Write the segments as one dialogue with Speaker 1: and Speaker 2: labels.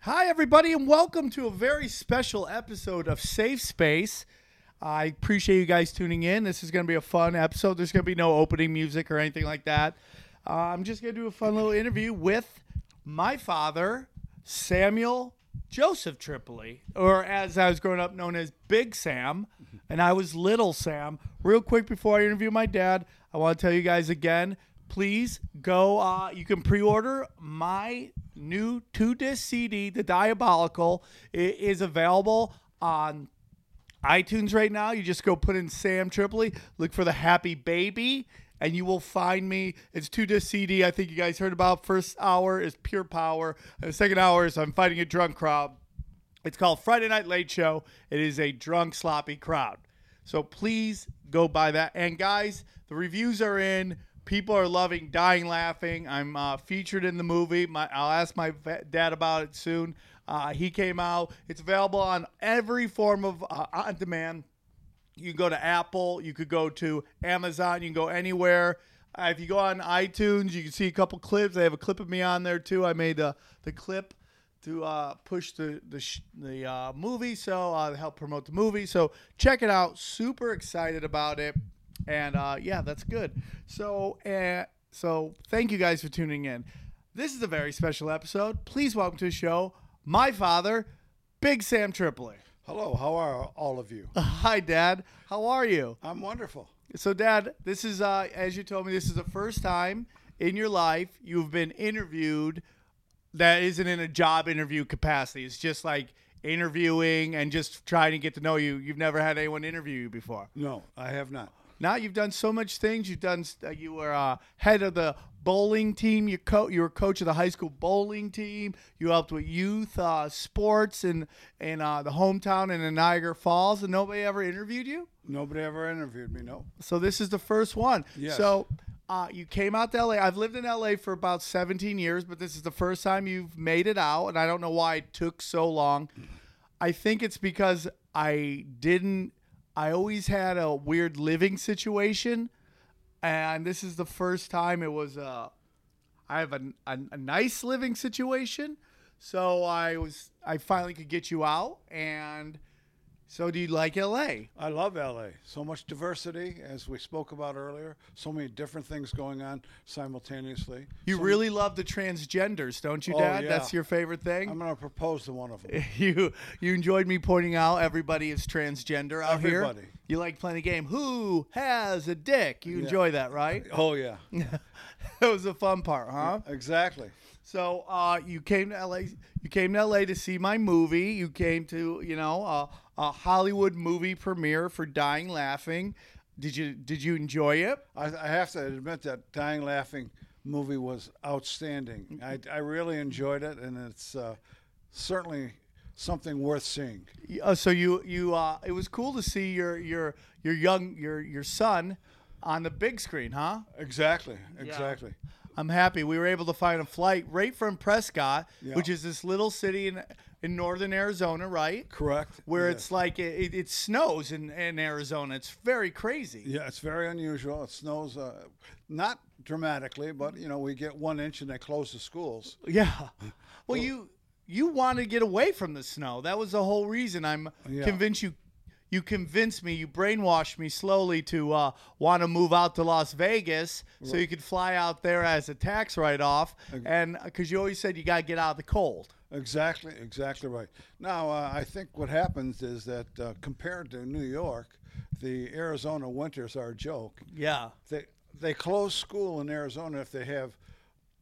Speaker 1: Hi, everybody, and welcome to a very special episode of Safe Space. I appreciate you guys tuning in. This is going to be a fun episode. There's going to be no opening music or anything like that. Uh, I'm just going to do a fun little interview with my father, Samuel Joseph Tripoli, or as I was growing up known as Big Sam, and I was Little Sam. Real quick before I interview my dad, I want to tell you guys again please go uh, you can pre-order my new two-disc cd the diabolical it is available on iTunes right now. You just go put in Sam Tripoli, look for the Happy Baby, and you will find me. It's two disc CD. I think you guys heard about. First hour is Pure Power, and the second hour is I'm Fighting a Drunk Crowd. It's called Friday Night Late Show. It is a drunk, sloppy crowd. So please go buy that. And guys, the reviews are in. People are loving, dying, laughing. I'm uh, featured in the movie. My, I'll ask my va- dad about it soon. Uh, he came out. It's available on every form of uh, on demand. You can go to Apple. You could go to Amazon. You can go anywhere. Uh, if you go on iTunes, you can see a couple clips. They have a clip of me on there too. I made the the clip to uh, push the the sh- the uh, movie, so uh, to help promote the movie. So check it out. Super excited about it, and uh, yeah, that's good. So uh, so thank you guys for tuning in. This is a very special episode. Please welcome to the show my father, Big Sam Tripoli.
Speaker 2: Hello, how are all of you?
Speaker 1: Hi, Dad. How are you?
Speaker 2: I'm wonderful.
Speaker 1: So, Dad, this is uh, as you told me, this is the first time in your life you've been interviewed that isn't in a job interview capacity. It's just like interviewing and just trying to get to know you. You've never had anyone interview you before.
Speaker 2: No, I have not.
Speaker 1: Now you've done so much things. You've done. Uh, you were uh, head of the bowling team. You co- You were coach of the high school bowling team. You helped with youth uh, sports in in uh, the hometown and in Niagara Falls, and nobody ever interviewed you.
Speaker 2: Nobody ever interviewed me. No.
Speaker 1: So this is the first one.
Speaker 2: Yes.
Speaker 1: So uh, you came out to LA. I've lived in LA for about 17 years, but this is the first time you've made it out, and I don't know why it took so long. I think it's because I didn't. I always had a weird living situation, and this is the first time it was. Uh, I have a, a, a nice living situation, so I was. I finally could get you out, and so do you like LA?
Speaker 2: I love LA. So much diversity, as we spoke about earlier. So many different things going on simultaneously.
Speaker 1: You
Speaker 2: So-
Speaker 1: really love the transgenders, don't you,
Speaker 2: Oh,
Speaker 1: Dad?
Speaker 2: yeah.
Speaker 1: That's your favorite thing.
Speaker 2: I'm going to propose to one of them.
Speaker 1: you you enjoyed me pointing out everybody is transgender out
Speaker 2: Everybody.
Speaker 1: here. You like playing the game. Who has a dick? You enjoy that, right?
Speaker 2: Oh yeah,
Speaker 1: that was the fun part, huh?
Speaker 2: exactly.
Speaker 1: So uh, you came to LA. You came to LA to see my movie. You came to you know a, a Hollywood movie premiere for Dying Laughing. Did you did you enjoy it?
Speaker 2: I, I have to admit that Dying Laughing movie was outstanding. I, I really enjoyed it, and it's uh, certainly something worth seeing.
Speaker 1: Uh, so you you uh, it was cool to see your your your young your your son on the big screen, huh?
Speaker 2: Exactly, exactly.
Speaker 1: I'm happy we were able to find a flight right from Prescott,
Speaker 2: Yeah.
Speaker 1: which is this little city in in northern Arizona, right?
Speaker 2: Correct.
Speaker 1: Where
Speaker 2: Yes.
Speaker 1: it's like it, it, it snows in, in Arizona. It's very crazy.
Speaker 2: Yeah, it's very unusual. It snows, uh, not dramatically, but you know we get one inch and they close the schools.
Speaker 1: Yeah. Well, you you wanted to get away from the snow. That was the whole reason I'm
Speaker 2: Yeah.
Speaker 1: convinced you you convinced me, you brainwashed me slowly to uh, want to move out to Las Vegas so you could fly out there as a tax write off. And because you always said you got to get out of the cold.
Speaker 2: Exactly, exactly right. Now uh, I think what happens is that uh, compared to New York, the Arizona winters are a joke.
Speaker 1: Yeah.
Speaker 2: They they close school in Arizona if they have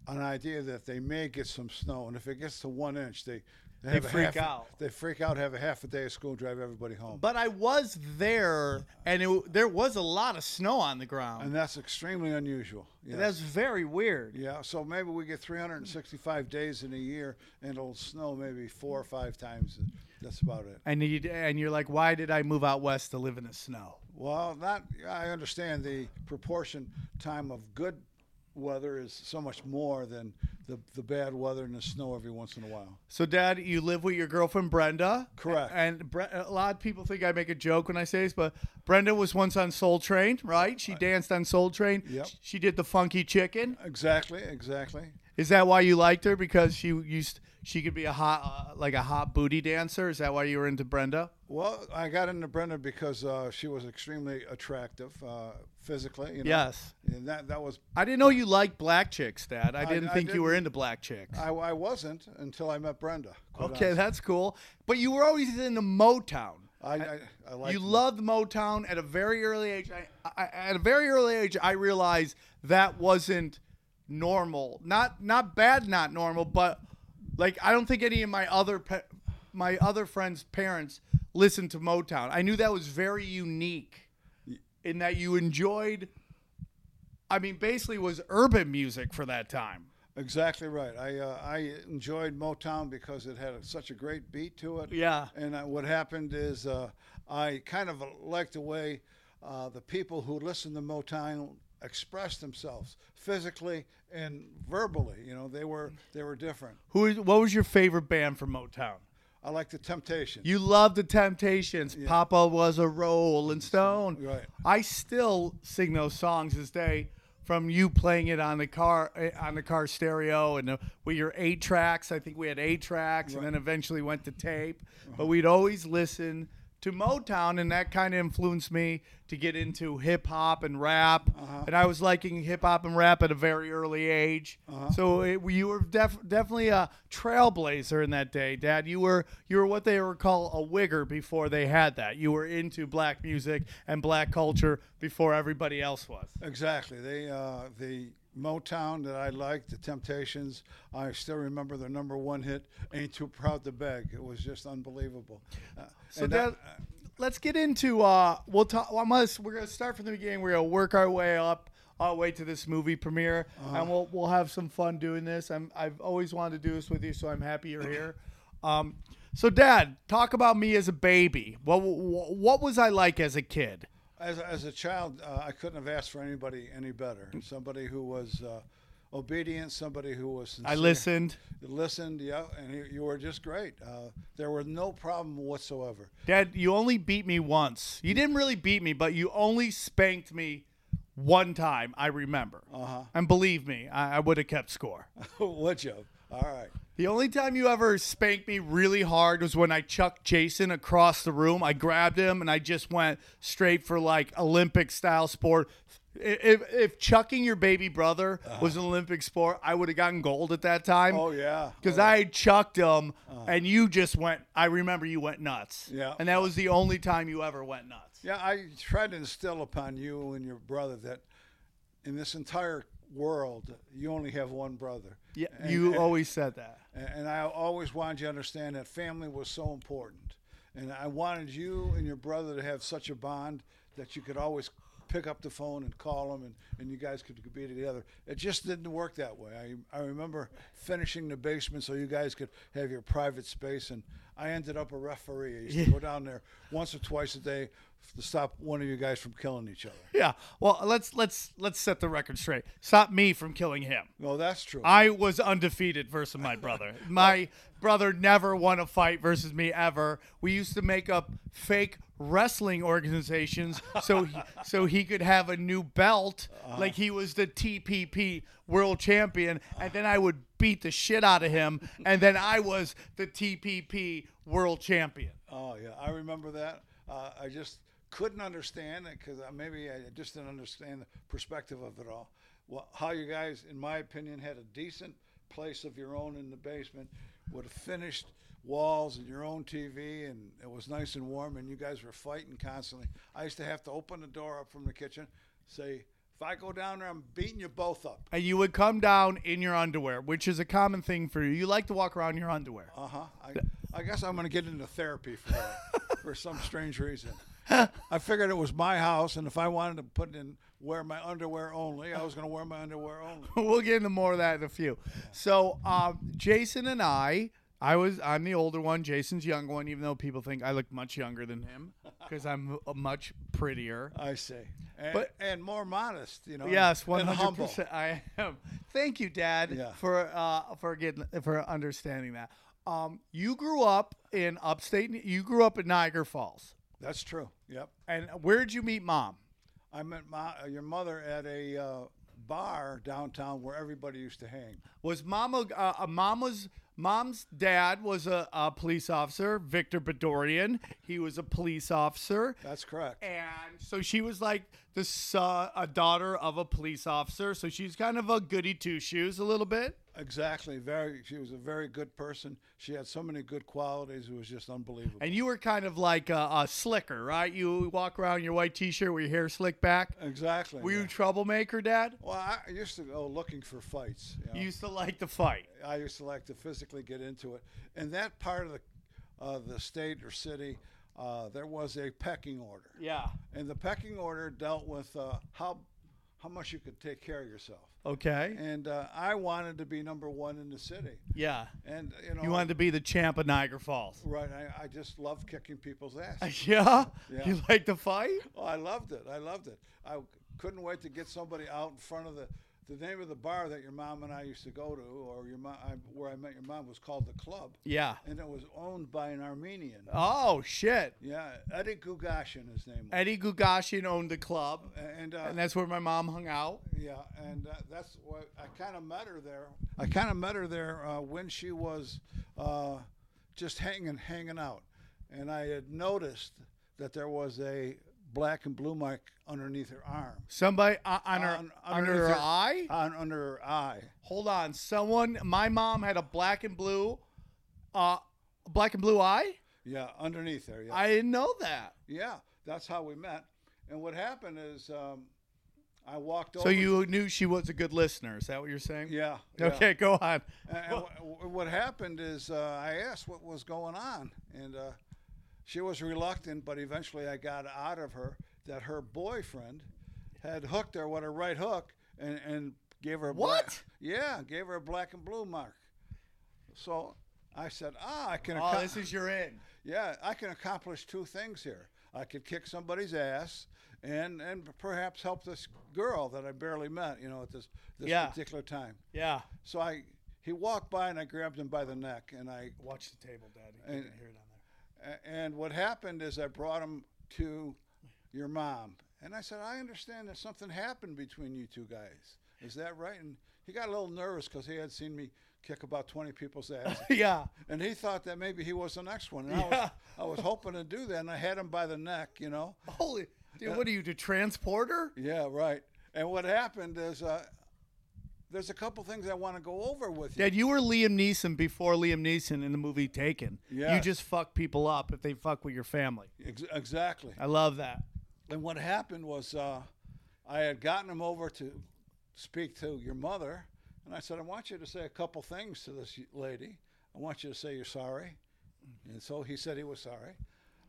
Speaker 2: an idea that they may get some snow, and if it gets to one inch, they they, have a
Speaker 1: freak
Speaker 2: half-
Speaker 1: out.
Speaker 2: They freak out, have a half a day of school, drive everybody home,
Speaker 1: But I was there and it, there was a lot of snow on the ground.
Speaker 2: and that's extremely unusual. Yes.
Speaker 1: That's very weird.
Speaker 2: Yeah, so maybe we get 365 days in a year, and it'll snow maybe four or five times. That's about it.
Speaker 1: And, you, and you're like, why did I move out west to live in the snow?
Speaker 2: Well, not I understand the proportion time of good weather is so much more than the, the bad weather and the snow every once in a while.
Speaker 1: So, Dad, you live with your girlfriend Brenda.
Speaker 2: Correct.
Speaker 1: And Bre- a lot of people think I make a joke when I say this, but Brenda was once on Soul Train, right? She danced on Soul Train.
Speaker 2: Yep.
Speaker 1: She did the funky chicken.
Speaker 2: Exactly, exactly.
Speaker 1: Is that why you liked her? Because she used she could be a hot uh, like a hot booty dancer. Is that why you were into Brenda?
Speaker 2: Well, I got into Brenda because uh, she was extremely attractive uh, physically. You know?
Speaker 1: Yes.
Speaker 2: And that, that was,
Speaker 1: I didn't know you liked black chicks, Dad. I
Speaker 2: I-
Speaker 1: didn't
Speaker 2: I
Speaker 1: think you were
Speaker 2: didn't.
Speaker 1: into black chicks.
Speaker 2: I, I wasn't until I met Brenda. quite
Speaker 1: okay,
Speaker 2: honest.
Speaker 1: that's cool. But you were always into Motown.
Speaker 2: I, I, I liked
Speaker 1: you loved Motown at a very early age. I, I, at a very early age, I realized that wasn't normal. Not not bad, not normal, but like I don't think any of my other pe- my other friends' parents listened to Motown. I knew that was very unique in that you enjoyed. I mean, basically, was urban music for that time.
Speaker 2: Exactly right. I uh, I enjoyed Motown because it had such a great beat to it.
Speaker 1: Yeah.
Speaker 2: And uh, what happened is uh, I kind of liked the way uh, the people who listened to Motown expressed themselves physically and verbally. You know, they were they were different.
Speaker 1: Who? is- What was your favorite band from Motown?
Speaker 2: I liked the Temptation.
Speaker 1: You love the Temptations. Papa was a Rolling Stone.
Speaker 2: Right.
Speaker 1: I still sing those songs this day from you playing it on the car eh, on the car stereo and uh, with your eight tracks. I think we had eight tracks and then eventually went to tape. But we'd always listen to Motown and that kind of influenced me to get into hip hop and rap. And I was liking hip hop and rap at a very early age. So it, you were def, definitely a trailblazer in that day, Dad. You were you were what they were called a wigger before they had that. You were into black music and black culture before everybody else was.
Speaker 2: Exactly. They uh, the Motown that I liked, the Temptations. I still remember their number one hit, "Ain't Too Proud to Beg." It was just unbelievable. Uh,
Speaker 1: So
Speaker 2: and that-
Speaker 1: Dad, let's get into. Uh, we'll talk. Well, I'm gonna, we're gonna start from the beginning. We're gonna work our way up, our way to this movie premiere, and we'll we'll have some fun doing this. I'm I've always wanted to do this with you, so I'm happy you're here. Um, so Dad, talk about me as a baby. What what was I like as a kid?
Speaker 2: As, as a child, uh, I couldn't have asked for anybody any better. Somebody who was uh, obedient, somebody who was sincere.
Speaker 1: I listened.
Speaker 2: Listened, yeah, and you, you were just great. Uh, there were no problem whatsoever.
Speaker 1: Dad, you only beat me once. You didn't really beat me, but you only spanked me one time. I remember. Uh-huh. And believe me, I, I would have kept score.
Speaker 2: Would you? All right.
Speaker 1: The only time you ever spanked me really hard was when I chucked Jason across the room. I grabbed him and I just went straight for like Olympic style sport. I- If, if chucking your baby brother was an Olympic sport, I would have gotten gold at that time.
Speaker 2: Uh-huh. Oh, yeah. Uh-huh.
Speaker 1: Because I had chucked him and you just went, I remember you went nuts.
Speaker 2: Yeah.
Speaker 1: And that was the only time you ever went nuts.
Speaker 2: Yeah, I tried to instill upon you and your brother that in this entire world, you only have one brother.
Speaker 1: Yeah.
Speaker 2: And-
Speaker 1: you
Speaker 2: and-
Speaker 1: always said that.
Speaker 2: And and I always wanted you to understand that family was so important. And I wanted you and your brother to have such a bond that you could always pick up the phone and call them and, and you guys could be together. It just didn't work that way. I, I remember finishing the basement so you guys could have your private space. And I ended up a referee. I used to go down there once or twice a day to stop one of you guys from killing each other.
Speaker 1: Yeah. Well, let's let's let's set the record straight. Stop me from killing him.
Speaker 2: No, that's true.
Speaker 1: I was undefeated versus my brother. My brother never won a fight versus me ever. We used to make up fake wrestling organizations so he, so he could have a new belt, like he was the TPP world champion, and then I would beat the shit out of him, and then I was the TPP world champion.
Speaker 2: Oh yeah, I remember that. Uh, I just couldn't understand it because maybe I just didn't understand the perspective of it all. Well, how you guys, in my opinion, had a decent place of your own in the basement with finished walls and your own TV, and it was nice and warm, and you guys were fighting constantly. I used to have to open the door up from the kitchen, say, "If I go down there, I'm beating you both up."
Speaker 1: And you would come down in your underwear, which is a common thing for you. You like to walk around in your underwear.
Speaker 2: Uh huh. I, I guess I'm going to get into therapy for that, for some strange reason. I figured it was my house, and if I wanted to put in wear my underwear only, I was going to wear my underwear only.
Speaker 1: we'll get into more of that in a few. So, um, Jason and I, I was I'm the older one. Jason's young one, even though people think I look much younger than him because I'm uh, much prettier.
Speaker 2: I see. And,
Speaker 1: But-
Speaker 2: and more modest, you know.
Speaker 1: Yes, one
Speaker 2: and
Speaker 1: hundred
Speaker 2: humble.
Speaker 1: percent. I am. Thank you, Dad,
Speaker 2: Yeah.
Speaker 1: for uh, for getting for understanding that. Um, you grew up in upstate. You grew up in Niagara Falls,
Speaker 2: That's true. Yep.
Speaker 1: and where would you meet Mom?
Speaker 2: I met my, your mother at a uh, bar downtown where everybody used to hang.
Speaker 1: Was mama uh, uh, mama's mom's dad was a, a police officer, Victor Bedorian. He was a police officer.
Speaker 2: That's
Speaker 1: Eh.
Speaker 2: correct.
Speaker 1: And so she was like the son, a daughter of a police officer. So she's kind of a goody two shoes a little bit.
Speaker 2: Exactly. Very. She was a very good person. She had so many good qualities. It was just unbelievable.
Speaker 1: And you were kind of like a, a slicker, right? You walk around in your white t shirt with your hair slicked back.
Speaker 2: exactly.
Speaker 1: Were you
Speaker 2: yeah.
Speaker 1: a troublemaker, Dad?
Speaker 2: Well, I I used to go looking for fights. you know.
Speaker 1: You used to like to fight.
Speaker 2: I used to like to physically get into it. In that part of the uh, the state or city, uh, there was a pecking order,
Speaker 1: Yeah.
Speaker 2: and the pecking order dealt with uh, how how much you could take care of yourself.
Speaker 1: Okay.
Speaker 2: And uh, I wanted to be number one in the city,
Speaker 1: Yeah.
Speaker 2: and you know,
Speaker 1: You wanted to be the champ of Niagara Falls.
Speaker 2: right? I, I just loved kicking people's ass.
Speaker 1: Yeah?
Speaker 2: Yeah.
Speaker 1: You like to fight?
Speaker 2: oh, I loved it. I loved it. I couldn't wait to get somebody out in front of the. The name of the bar that your mom and I used to go to, or your mom, I, where I met your mom, was called the Club.
Speaker 1: Yeah.
Speaker 2: and it was owned by an Armenian.
Speaker 1: Oh, shit.
Speaker 2: Yeah, Eddie Gugashin, his name was.
Speaker 1: Eddie Gugashian owned the club,
Speaker 2: And, uh,
Speaker 1: and that's where my mom hung out.
Speaker 2: yeah, and uh, that's what I kind of met her there. I kind of met her there uh, when she was uh, just hanging, hanging out, and I had noticed that there was a black and blue mark underneath her arm,
Speaker 1: Somebody uh, on her
Speaker 2: On-
Speaker 1: under
Speaker 2: underneath
Speaker 1: her
Speaker 2: her-
Speaker 1: eye.
Speaker 2: on under her eye.
Speaker 1: Hold on, someone. My mom had a black and blue, uh, black and blue eye.
Speaker 2: Yeah, underneath there. Yeah,
Speaker 1: I didn't know that.
Speaker 2: yeah, that's how we met. And what happened is, um, I walked over.
Speaker 1: So you knew she was a good listener. Is that what you're saying?
Speaker 2: Yeah. yeah.
Speaker 1: Okay, go on.
Speaker 2: And and wh- wh- what happened is uh, I asked what was going on, and uh, she was reluctant, but eventually I got out of her that her boyfriend had hooked her with a right hook and, and gave her a
Speaker 1: What?
Speaker 2: Black, yeah, gave her a black and blue mark. So I said, ah, I can
Speaker 1: Oh,
Speaker 2: accom-
Speaker 1: this is your end.
Speaker 2: yeah, I can accomplish two things here. I could kick somebody's ass and and perhaps help this girl that I barely met, you know, at this this
Speaker 1: Yeah.
Speaker 2: particular time.
Speaker 1: Yeah.
Speaker 2: So I he walked by and I grabbed him by the neck and I
Speaker 1: Watch the table, Daddy.
Speaker 2: You And- can hear a- and what happened is I brought him to your mom and I said I understand that something happened between you two guys. Is that right? And he got a little nervous because he had seen me kick about 20 people's ass
Speaker 1: yeah.
Speaker 2: and he thought that maybe he was the next one. And
Speaker 1: Yeah.
Speaker 2: I was I was hoping to do that and I had him by the neck, you know.
Speaker 1: Holy, dude, what are you, the transporter?
Speaker 2: Yeah, right. And what happened is uh, there's a couple things I want to go over with you.
Speaker 1: Dad, you were Liam Neeson before Liam Neeson in the movie Taken. You
Speaker 2: Yes.
Speaker 1: just fuck people up if they fuck with your family.
Speaker 2: Ex- exactly.
Speaker 1: I love that.
Speaker 2: And what happened was uh, I had gotten him over to speak to your mother, and I said, I want you to say a couple things to this lady. I want you to say you're sorry. And so he said he was sorry.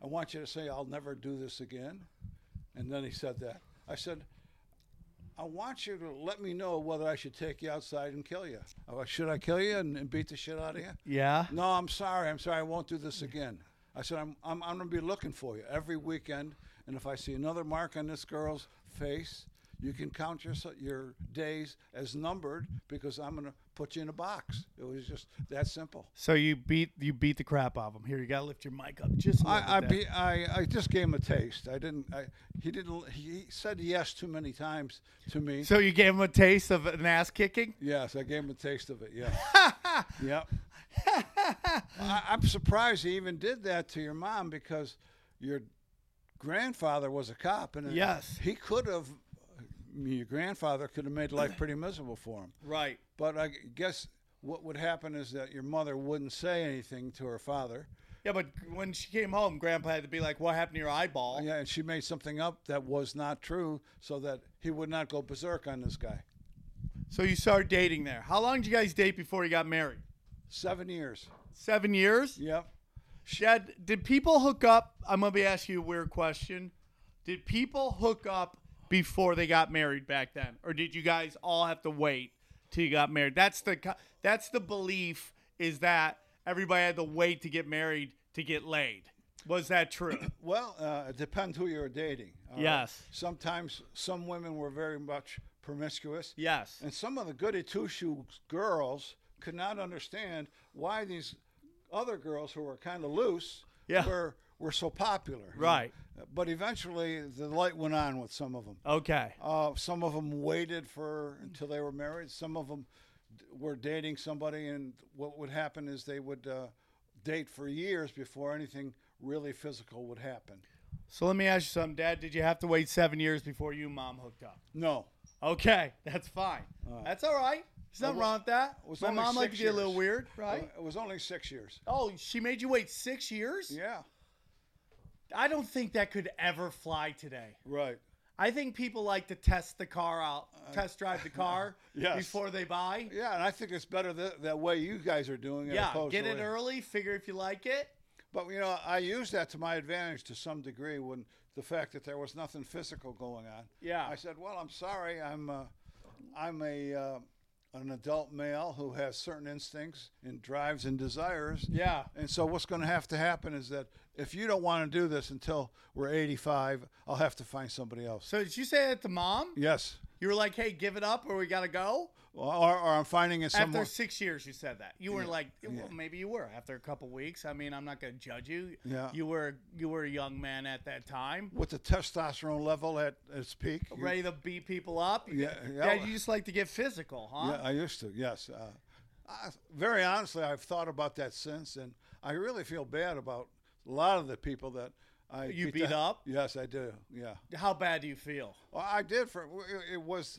Speaker 2: I want you to say, I'll never do this again. And then he said that. I said, I want you to let me know whether I should take you outside and kill you. I was, should I kill you and, and beat the shit out of you?
Speaker 1: Yeah.
Speaker 2: No, I'm sorry. I'm sorry. I won't do this again. I said, I'm, I'm, I'm going to be looking for you every weekend. And if I see another mark on this girl's face, you can count your, s- your days as numbered because I'm going to put you in a box. It was just that simple.
Speaker 1: So you beat you beat the crap out of him. Here, you gotta lift your mic up just. A little
Speaker 2: I, I,
Speaker 1: bit there.
Speaker 2: be, I, I just gave him a taste. I didn't, I, he didn't, he said yes too many times to me.
Speaker 1: So you gave him a taste of an ass kicking.
Speaker 2: Yes, I gave him a taste of it. Yeah. yep. I, I'm surprised he even did that to your mom because your grandfather was a cop, and uh,
Speaker 1: Yes.
Speaker 2: he could have. Your grandfather could have made life pretty miserable for him.
Speaker 1: Right.
Speaker 2: But I guess what would happen is that your mother wouldn't say anything to her father.
Speaker 1: Yeah, but when she came home, Grandpa had to be like, "What happened to your eyeball?"
Speaker 2: Yeah, and she made something up that was not true, so that he would not go berserk on this guy.
Speaker 1: So you started dating there. How long did you guys date before you got married?
Speaker 2: Seven years.
Speaker 1: Seven years.
Speaker 2: Yep.
Speaker 1: Dad, did people hook up? I'm gonna be asking you a weird question. Did people hook up before they got married back then, or did you guys all have to wait till you got married? That's the co- that's the belief is that everybody had to wait to get married to get laid. Was that true?
Speaker 2: Well, uh, it depends who you're dating. all right?
Speaker 1: Yes.
Speaker 2: Sometimes some women were very much promiscuous.
Speaker 1: yes.
Speaker 2: And some of the goody two shoes girls could not understand why these other girls who were kind of loose
Speaker 1: Yeah.
Speaker 2: were were so popular. you know.
Speaker 1: Right.
Speaker 2: But eventually, the light went on with some of them.
Speaker 1: Okay.
Speaker 2: Uh, some of them waited for until they were married. Some of them were dating somebody, and what would happen is they would uh, date for years before anything really physical would happen.
Speaker 1: So let me ask you something, Dad. Did you have to wait seven years before you and Mom hooked up?
Speaker 2: No,
Speaker 1: Okay, that's fine. that's all right. There's nothing
Speaker 2: Well,
Speaker 1: wrong with that.
Speaker 2: it was
Speaker 1: My
Speaker 2: only
Speaker 1: mom liked to
Speaker 2: six
Speaker 1: get a little
Speaker 2: years.
Speaker 1: weird, right?
Speaker 2: it was only six years.
Speaker 1: Oh, she made you wait six years?
Speaker 2: Yeah,
Speaker 1: I don't think that could ever fly today.
Speaker 2: right.
Speaker 1: I think people like to test the car out, test drive the car
Speaker 2: Uh, yes.
Speaker 1: before they buy.
Speaker 2: Yeah, and I think it's better that, that way you guys are doing it.
Speaker 1: Yeah,
Speaker 2: opposed
Speaker 1: get
Speaker 2: to
Speaker 1: it
Speaker 2: what-
Speaker 1: early, figure if you like it.
Speaker 2: But you know, I used that to my advantage to some degree when the fact that there was nothing physical going on.
Speaker 1: Yeah.
Speaker 2: I said, "Well, I'm sorry, I'm uh, I'm a uh, an adult male who has certain instincts and drives and desires.
Speaker 1: Yeah.
Speaker 2: And so what's going to have to happen is that if you don't want to do this until we're 85, I'll have to find somebody else.
Speaker 1: So did you say that to mom?
Speaker 2: Yes.
Speaker 1: You were like, "Hey, give it up, or we gotta go."
Speaker 2: Or, or I'm finding it
Speaker 1: After
Speaker 2: somewhere.
Speaker 1: six years, you said that. You were like, well,
Speaker 2: Yeah.
Speaker 1: maybe you were. After a couple weeks, I mean, I'm not gonna judge you.
Speaker 2: Yeah.
Speaker 1: You were you were a young man at that time,
Speaker 2: with the testosterone level at its peak. you-
Speaker 1: ready to beat people up. You-
Speaker 2: Yeah, yeah.
Speaker 1: Dad, you just like to get physical, huh?
Speaker 2: Yeah, I used to. Yes. Uh, I, very honestly, I've thought about that since, and I really feel bad about a lot of the people that I
Speaker 1: You beat
Speaker 2: the-
Speaker 1: up?
Speaker 2: Yes, I do. Yeah,
Speaker 1: How bad do you feel?
Speaker 2: well, I did. For it- it was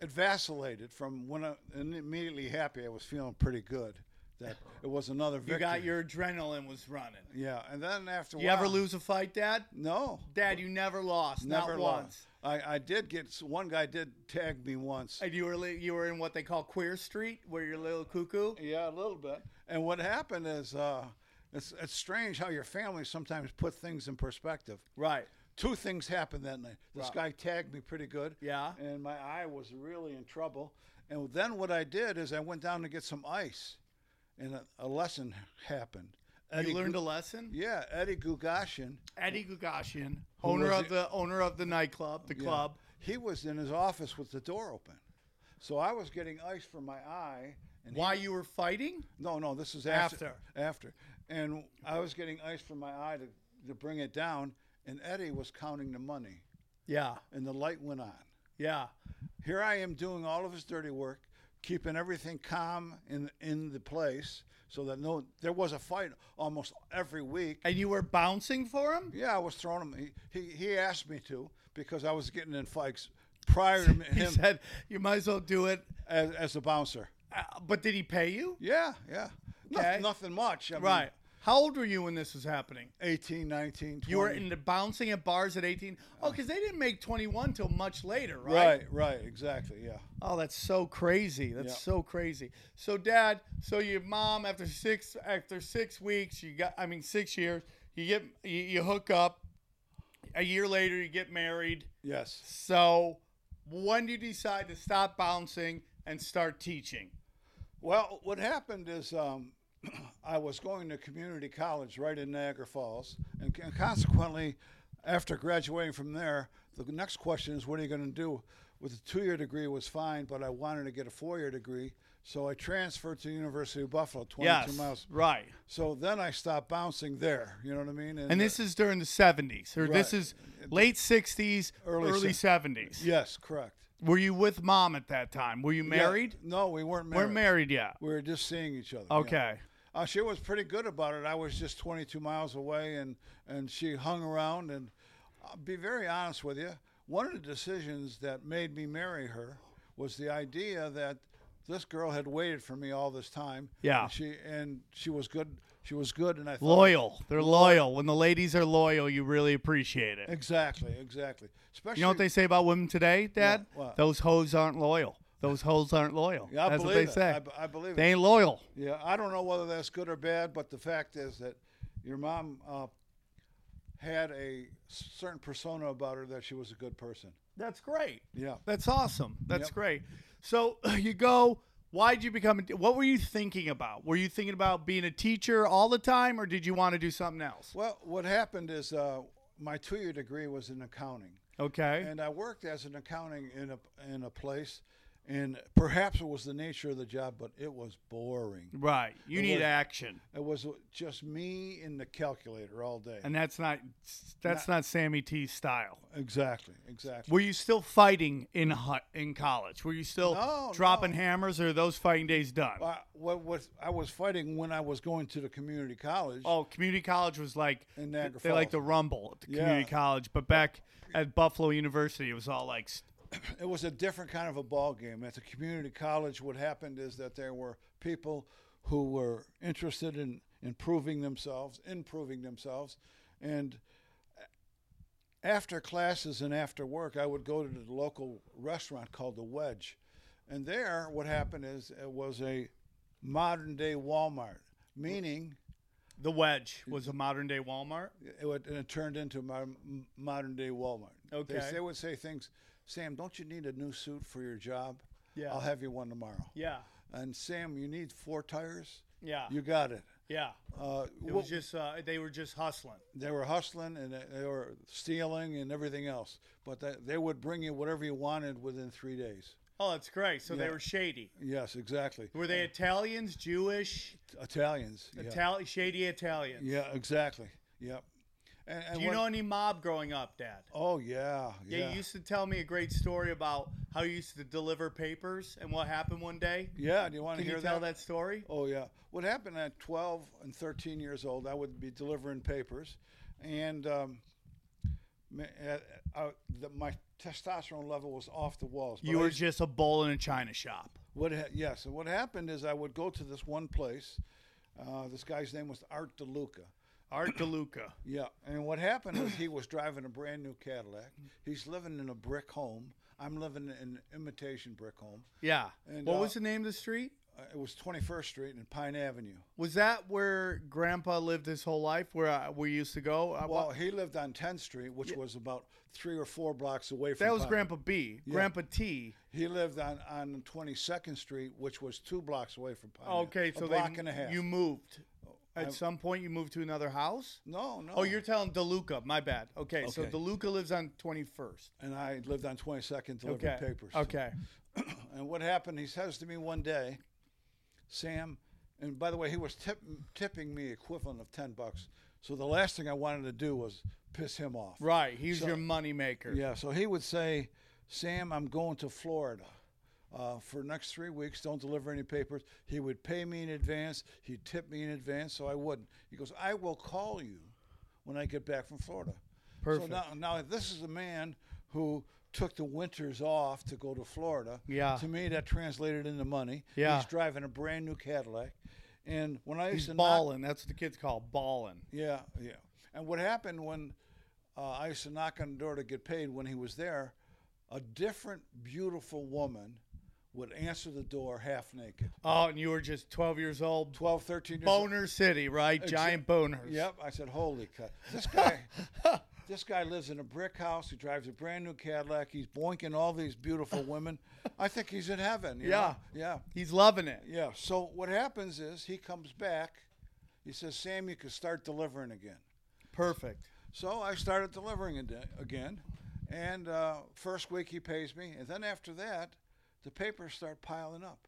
Speaker 2: it vacillated from when I and immediately happy. I was feeling pretty good. That it was another victory.
Speaker 1: You got your adrenaline was running.
Speaker 2: yeah, and then after a
Speaker 1: You ever
Speaker 2: while-
Speaker 1: lose a fight, Dad?
Speaker 2: No,
Speaker 1: Dad, you never lost,
Speaker 2: never
Speaker 1: not
Speaker 2: lost.
Speaker 1: once.
Speaker 2: I, I did get one guy did tag me once.
Speaker 1: And you were li- you were in what they call queer street, where you're a little cuckoo.
Speaker 2: Yeah, a little bit. And what happened is, uh, it's, it's strange how your family sometimes put things in perspective.
Speaker 1: Right.
Speaker 2: Two things happened that night. This
Speaker 1: Right.
Speaker 2: guy tagged me pretty good.
Speaker 1: Yeah.
Speaker 2: And my eye was really in trouble. And then what I did is I went down to get some ice, and a, a lesson happened.
Speaker 1: you learned
Speaker 2: Gu-
Speaker 1: a lesson.
Speaker 2: yeah, Eddie Gugashin.
Speaker 1: Eddie Gugashian,
Speaker 2: Who
Speaker 1: owner
Speaker 2: was
Speaker 1: of
Speaker 2: it?
Speaker 1: the owner of the nightclub, the
Speaker 2: Yeah.
Speaker 1: club.
Speaker 2: He was in his office with the door open. So I was getting ice for my eye, and
Speaker 1: Why you were fighting?
Speaker 2: No, no, this is after.
Speaker 1: After.
Speaker 2: After. And I was getting ice from my eye to, to bring it down, and Eddie was counting the money,
Speaker 1: Yeah,
Speaker 2: and the light went on.
Speaker 1: yeah.
Speaker 2: Here I am doing all of his dirty work, keeping everything calm in, in the place so that no, there was a fight almost every week.
Speaker 1: And you were bouncing for him.
Speaker 2: Yeah, I was throwing him. He, he, he asked me to because I was getting in fights prior to
Speaker 1: He
Speaker 2: him
Speaker 1: said, "You might as well do it."
Speaker 2: as, as a bouncer.
Speaker 1: Uh, but did he pay you?
Speaker 2: Yeah, yeah. Noth-
Speaker 1: Okay.
Speaker 2: nothing much. I mean,
Speaker 1: Right. How old were you when this was happening?
Speaker 2: 18, 19, 20.
Speaker 1: You were in the bouncing at bars at 18. Oh, because they didn't make 21 till much later, right?
Speaker 2: Uh. Right, right, exactly, yeah.
Speaker 1: Oh, that's so crazy. That's
Speaker 2: Yeah.
Speaker 1: so crazy. So, Dad, so your mom after six after six weeks, you got I mean six years, you get you, you hook up. A year later, you get married.
Speaker 2: Yes.
Speaker 1: So, when do you decide to stop bouncing and start teaching?
Speaker 2: Well, what happened is um, I was going to community college right in Niagara Falls, and, and consequently, after graduating from there, the next question is, what are you going to do? With a two-year degree was fine, but I wanted to get a four-year degree, so I transferred to the University of Buffalo, 22 miles.
Speaker 1: right.
Speaker 2: So then I stopped bouncing there. You know what I mean? uh,
Speaker 1: And this is during the 70s, or this
Speaker 2: Right.
Speaker 1: is late 60s, early,
Speaker 2: Early se-
Speaker 1: 70s.
Speaker 2: yes, correct.
Speaker 1: Were you with mom at that time? Were you
Speaker 2: Yeah,
Speaker 1: married?
Speaker 2: no, we weren't married.
Speaker 1: We're married yet.
Speaker 2: We were just seeing each other. yeah.
Speaker 1: Okay.
Speaker 2: Uh, she was pretty good about it. I was just 22 miles away, and, and she hung around. And I'll be very honest with you, one of the decisions that made me marry her was the idea that this girl had waited for me all this time.
Speaker 1: Yeah.
Speaker 2: And she and she was good. She was good, and I thought,
Speaker 1: Loyal. They're loyal. When the ladies are loyal, you really appreciate it.
Speaker 2: Exactly, exactly. Especially
Speaker 1: You know what they say about women today, Dad?
Speaker 2: What? What?
Speaker 1: Those hoes aren't loyal. Those hoes aren't loyal.
Speaker 2: Yeah, I
Speaker 1: That's what
Speaker 2: believe
Speaker 1: they
Speaker 2: it.
Speaker 1: say.
Speaker 2: I, b- I believe
Speaker 1: they
Speaker 2: it.
Speaker 1: ain't loyal.
Speaker 2: Yeah, I don't know whether that's good or bad, but the fact is that your mom uh, had a certain persona about her that she was a good person.
Speaker 1: That's great.
Speaker 2: Yeah.
Speaker 1: That's awesome. That's
Speaker 2: Yep.
Speaker 1: great. So you go. Why'd you become? a t- What were you thinking about? Were you thinking about being a teacher all the time, or did you want to do something else?
Speaker 2: Well, what happened is uh, my two-year degree was in accounting,
Speaker 1: Okay.
Speaker 2: and I worked as an accounting in a in a place, And perhaps it was the nature of the job, but it was boring.
Speaker 1: Right. You
Speaker 2: It
Speaker 1: need
Speaker 2: was-
Speaker 1: action.
Speaker 2: It was just me and the calculator all day.
Speaker 1: And that's not that's not Sammy T's style.
Speaker 2: exactly, exactly.
Speaker 1: Were you still fighting in hu- in college? Were you still
Speaker 2: No,
Speaker 1: dropping
Speaker 2: no.
Speaker 1: hammers, or are those fighting days done?
Speaker 2: I, what was I was fighting when I was going to the community college.
Speaker 1: oh, community college was like
Speaker 2: In Niagara
Speaker 1: they like
Speaker 2: Falls.
Speaker 1: the rumble at the community
Speaker 2: Yeah.
Speaker 1: college, but back at Buffalo University, it was all like s-
Speaker 2: it was a different kind of a ball game at the community college what happened is that there were people who were interested in improving themselves improving themselves and after classes and after work i would go to the local restaurant called the wedge and there what happened is it was a modern day walmart meaning
Speaker 1: the wedge was a modern day Walmart.
Speaker 2: it, would, and it turned into my modern day Walmart.
Speaker 1: Okay.
Speaker 2: They, s- they would say things, Sam, don't you need a new suit for your job?
Speaker 1: Yeah.
Speaker 2: I'll have you one tomorrow.
Speaker 1: Yeah,
Speaker 2: And Sam, you need four tires?
Speaker 1: yeah,
Speaker 2: You got it.
Speaker 1: yeah.
Speaker 2: Uh,
Speaker 1: It
Speaker 2: wha-
Speaker 1: was just uh, they were just hustling.
Speaker 2: they were hustling and they- they were stealing and everything else. But that, they would bring you whatever you wanted within three days.
Speaker 1: Oh, that's great. So they
Speaker 2: Yeah.
Speaker 1: were shady.
Speaker 2: Yes, exactly.
Speaker 1: Were they Italians, Jewish,
Speaker 2: Italians. Yeah,
Speaker 1: Itali- shady Italians?
Speaker 2: yeah exactly. Yep. And, and
Speaker 1: Do you
Speaker 2: what-
Speaker 1: know any mob growing up, Dad?
Speaker 2: Oh, yeah.
Speaker 1: Yeah,
Speaker 2: Yeah.
Speaker 1: you used to tell me a great story about how you used to deliver papers and what happened one day.
Speaker 2: yeah. Do you want to
Speaker 1: Can
Speaker 2: hear
Speaker 1: you tell that story?
Speaker 2: Oh yeah. What happened at 12 and 13 years old? I would be delivering papers, and um, ma- uh, uh, the, my testosterone level was off the walls. but
Speaker 1: You
Speaker 2: I
Speaker 1: were
Speaker 2: used-
Speaker 1: just a bull in a china shop.
Speaker 2: what? Ha- yes. And what happened is I would go to this one place. Uh, this guy's name was Art DeLuca.
Speaker 1: Art DeLuca.
Speaker 2: Yeah. And what happened was he was driving a brand new Cadillac. He's living in a brick home. I'm living in an imitation brick home.
Speaker 1: Yeah.
Speaker 2: And,
Speaker 1: what
Speaker 2: uh,
Speaker 1: was the name of the street?
Speaker 2: Uh, it was 21st Street and Pine Avenue.
Speaker 1: Was that where Grandpa lived his whole life, where uh, we used to go? Uh,
Speaker 2: Well, he lived on 10th Street, which was about three or four blocks away from.
Speaker 1: that was
Speaker 2: Pine-
Speaker 1: Grandpa B. Grandpa T.
Speaker 2: He lived on on 22nd Street, which was two blocks away from Pine.
Speaker 1: Okay,
Speaker 2: Ave-
Speaker 1: so
Speaker 2: a
Speaker 1: they,
Speaker 2: block and a half.
Speaker 1: you moved. At
Speaker 2: I-
Speaker 1: some point, you moved to another house?
Speaker 2: no, no.
Speaker 1: Oh, you're telling DeLuca. My bad. Okay, so
Speaker 2: Okay.
Speaker 1: DeLuca lives on 21st.
Speaker 2: and I lived on 22nd, delivering
Speaker 1: Okay.
Speaker 2: papers.
Speaker 1: Okay.
Speaker 2: And what happened? He says to me one day, Sam, and by the way, he was tip, tipping me equivalent of 10 bucks. So the last thing I wanted to do was piss him off.
Speaker 1: Right. He's your moneymaker.
Speaker 2: Yeah, so he would say, Sam, I'm going to Florida. Uh, for the next three weeks, don't deliver any papers. He would pay me in advance. He'd tip me in advance, so I wouldn't. He goes, I will call you when I get back from Florida.
Speaker 1: Perfect.
Speaker 2: So now, now this is a man who took the winters off to go to Florida.
Speaker 1: Yeah.
Speaker 2: To me, that translated into money.
Speaker 1: Yeah.
Speaker 2: He's driving a brand new Cadillac. And when I used to knock-
Speaker 1: Ballin'. That's what the kids call ballin'.
Speaker 2: yeah, yeah. And what happened when uh, I used to knock on the door to get paid when he was there, a different beautiful woman would answer the door half naked.
Speaker 1: Oh, and you were just 12 years old.
Speaker 2: 12, 13 years old.
Speaker 1: Boner City, right? Giant boners.
Speaker 2: Yep. I said, holy cow. This guy, this guy lives in a brick house. He drives a brand new Cadillac. He's boinking all these beautiful women. I think he's in heaven. you know? Yeah.
Speaker 1: He's loving it.
Speaker 2: Yeah. So what happens is he comes back. He says, Sam, you can start delivering again.
Speaker 1: Perfect.
Speaker 2: So I started delivering it again, and uh, first week he pays me, and then after that, the papers start piling up.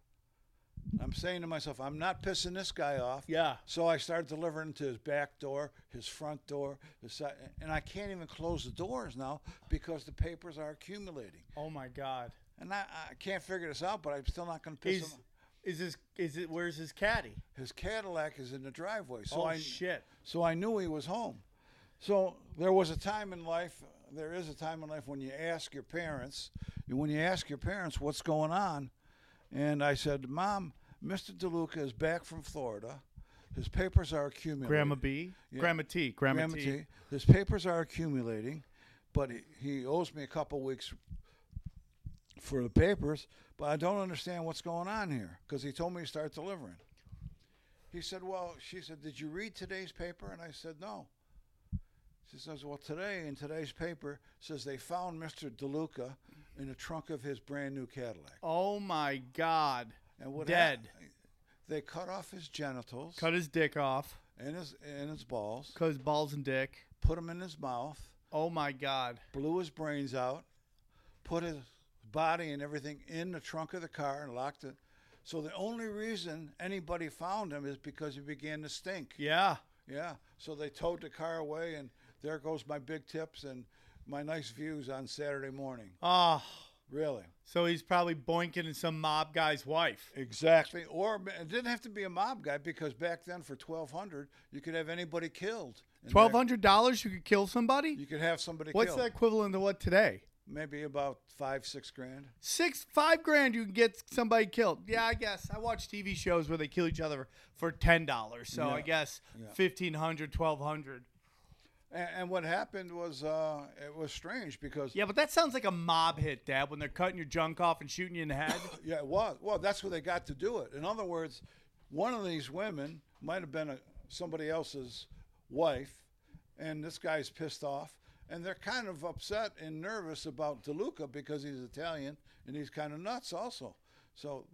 Speaker 2: I'm saying to myself, I'm not pissing this guy off.
Speaker 1: Yeah.
Speaker 2: So I start delivering to his back door, his front door, his side, and I can't even close the doors now because the papers are accumulating.
Speaker 1: Oh my God.
Speaker 2: And I, I can't figure this out, but I'm still not going to piss
Speaker 1: Is
Speaker 2: him.
Speaker 1: is this is it? Where's his caddy?
Speaker 2: His Cadillac is in the driveway, so
Speaker 1: Oh
Speaker 2: I
Speaker 1: shit.
Speaker 2: so I knew he was home. So there was a time in life, there is a time in life when you ask your parents, when you ask your parents what's going on. And I said, Mom, Mr. DeLuca is back from Florida. His papers are accumulating.
Speaker 1: Grandma B. Grandma T. Grandma,
Speaker 2: Grandma
Speaker 1: T.
Speaker 2: T. His papers are accumulating, but he, he owes me a couple weeks for the papers, but I don't understand what's going on here because he told me to start delivering. He said, Well, she said, Did you read today's paper? And I said, No. She says, Well, today in today's paper says they found Mr. DeLuca in the trunk of his brand new Cadillac.
Speaker 1: Oh my God.
Speaker 2: And what hap-
Speaker 1: Dead.
Speaker 2: they cut off his genitals
Speaker 1: Cut his dick off.
Speaker 2: and his and his balls,
Speaker 1: Cut his balls and dick.
Speaker 2: put them in his mouth,
Speaker 1: Oh my God.
Speaker 2: blew his brains out, put his body and everything in the trunk of the car and locked it. So the only reason anybody found him is because he began to stink.
Speaker 1: Yeah.
Speaker 2: Yeah. So they towed the car away, and there goes my big tips and my nice views on Saturday morning.
Speaker 1: Oh,
Speaker 2: Really.
Speaker 1: so he's probably boinking some mob guy's wife.
Speaker 2: Exactly. Or it didn't have to be a mob guy because back then for twelve hundred you could have anybody killed. And
Speaker 1: Twelve hundred dollars, you could kill somebody.
Speaker 2: there- You could have somebody
Speaker 1: What's
Speaker 2: killed.
Speaker 1: the equivalent to what today?
Speaker 2: Maybe about five, six grand.
Speaker 1: Six, five grand, you can get somebody killed. Yeah, I guess. I watch TV shows where they kill each other for ten dollars. So I
Speaker 2: Yeah.
Speaker 1: guess
Speaker 2: Yeah.
Speaker 1: fifteen hundred, twelve hundred.
Speaker 2: And, and what happened was uh, it was strange because
Speaker 1: Yeah, but that sounds like a mob hit, Dad. When they're cutting your junk off and shooting you in the head.
Speaker 2: Yeah, it was. Well, that's where they got to do it. In other words, one of these women might have been a, somebody else's wife, and this guy's pissed off, and they're kind of upset and nervous about DeLuca because he's Italian and he's kind of nuts also. So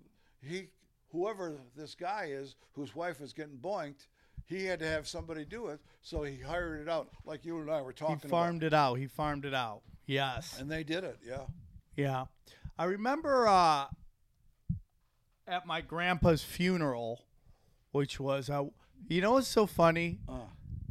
Speaker 2: he, whoever this guy is, whose wife is getting boinked, he had to have somebody do it, so he hired it out, like you and I were
Speaker 1: he
Speaker 2: talking
Speaker 1: farmed it out. He farmed it out. Yes.
Speaker 2: about. And they did it, yeah.
Speaker 1: Yeah. I remember uh, at my grandpa's funeral, which was, uh, you know what's so funny?
Speaker 2: Uh,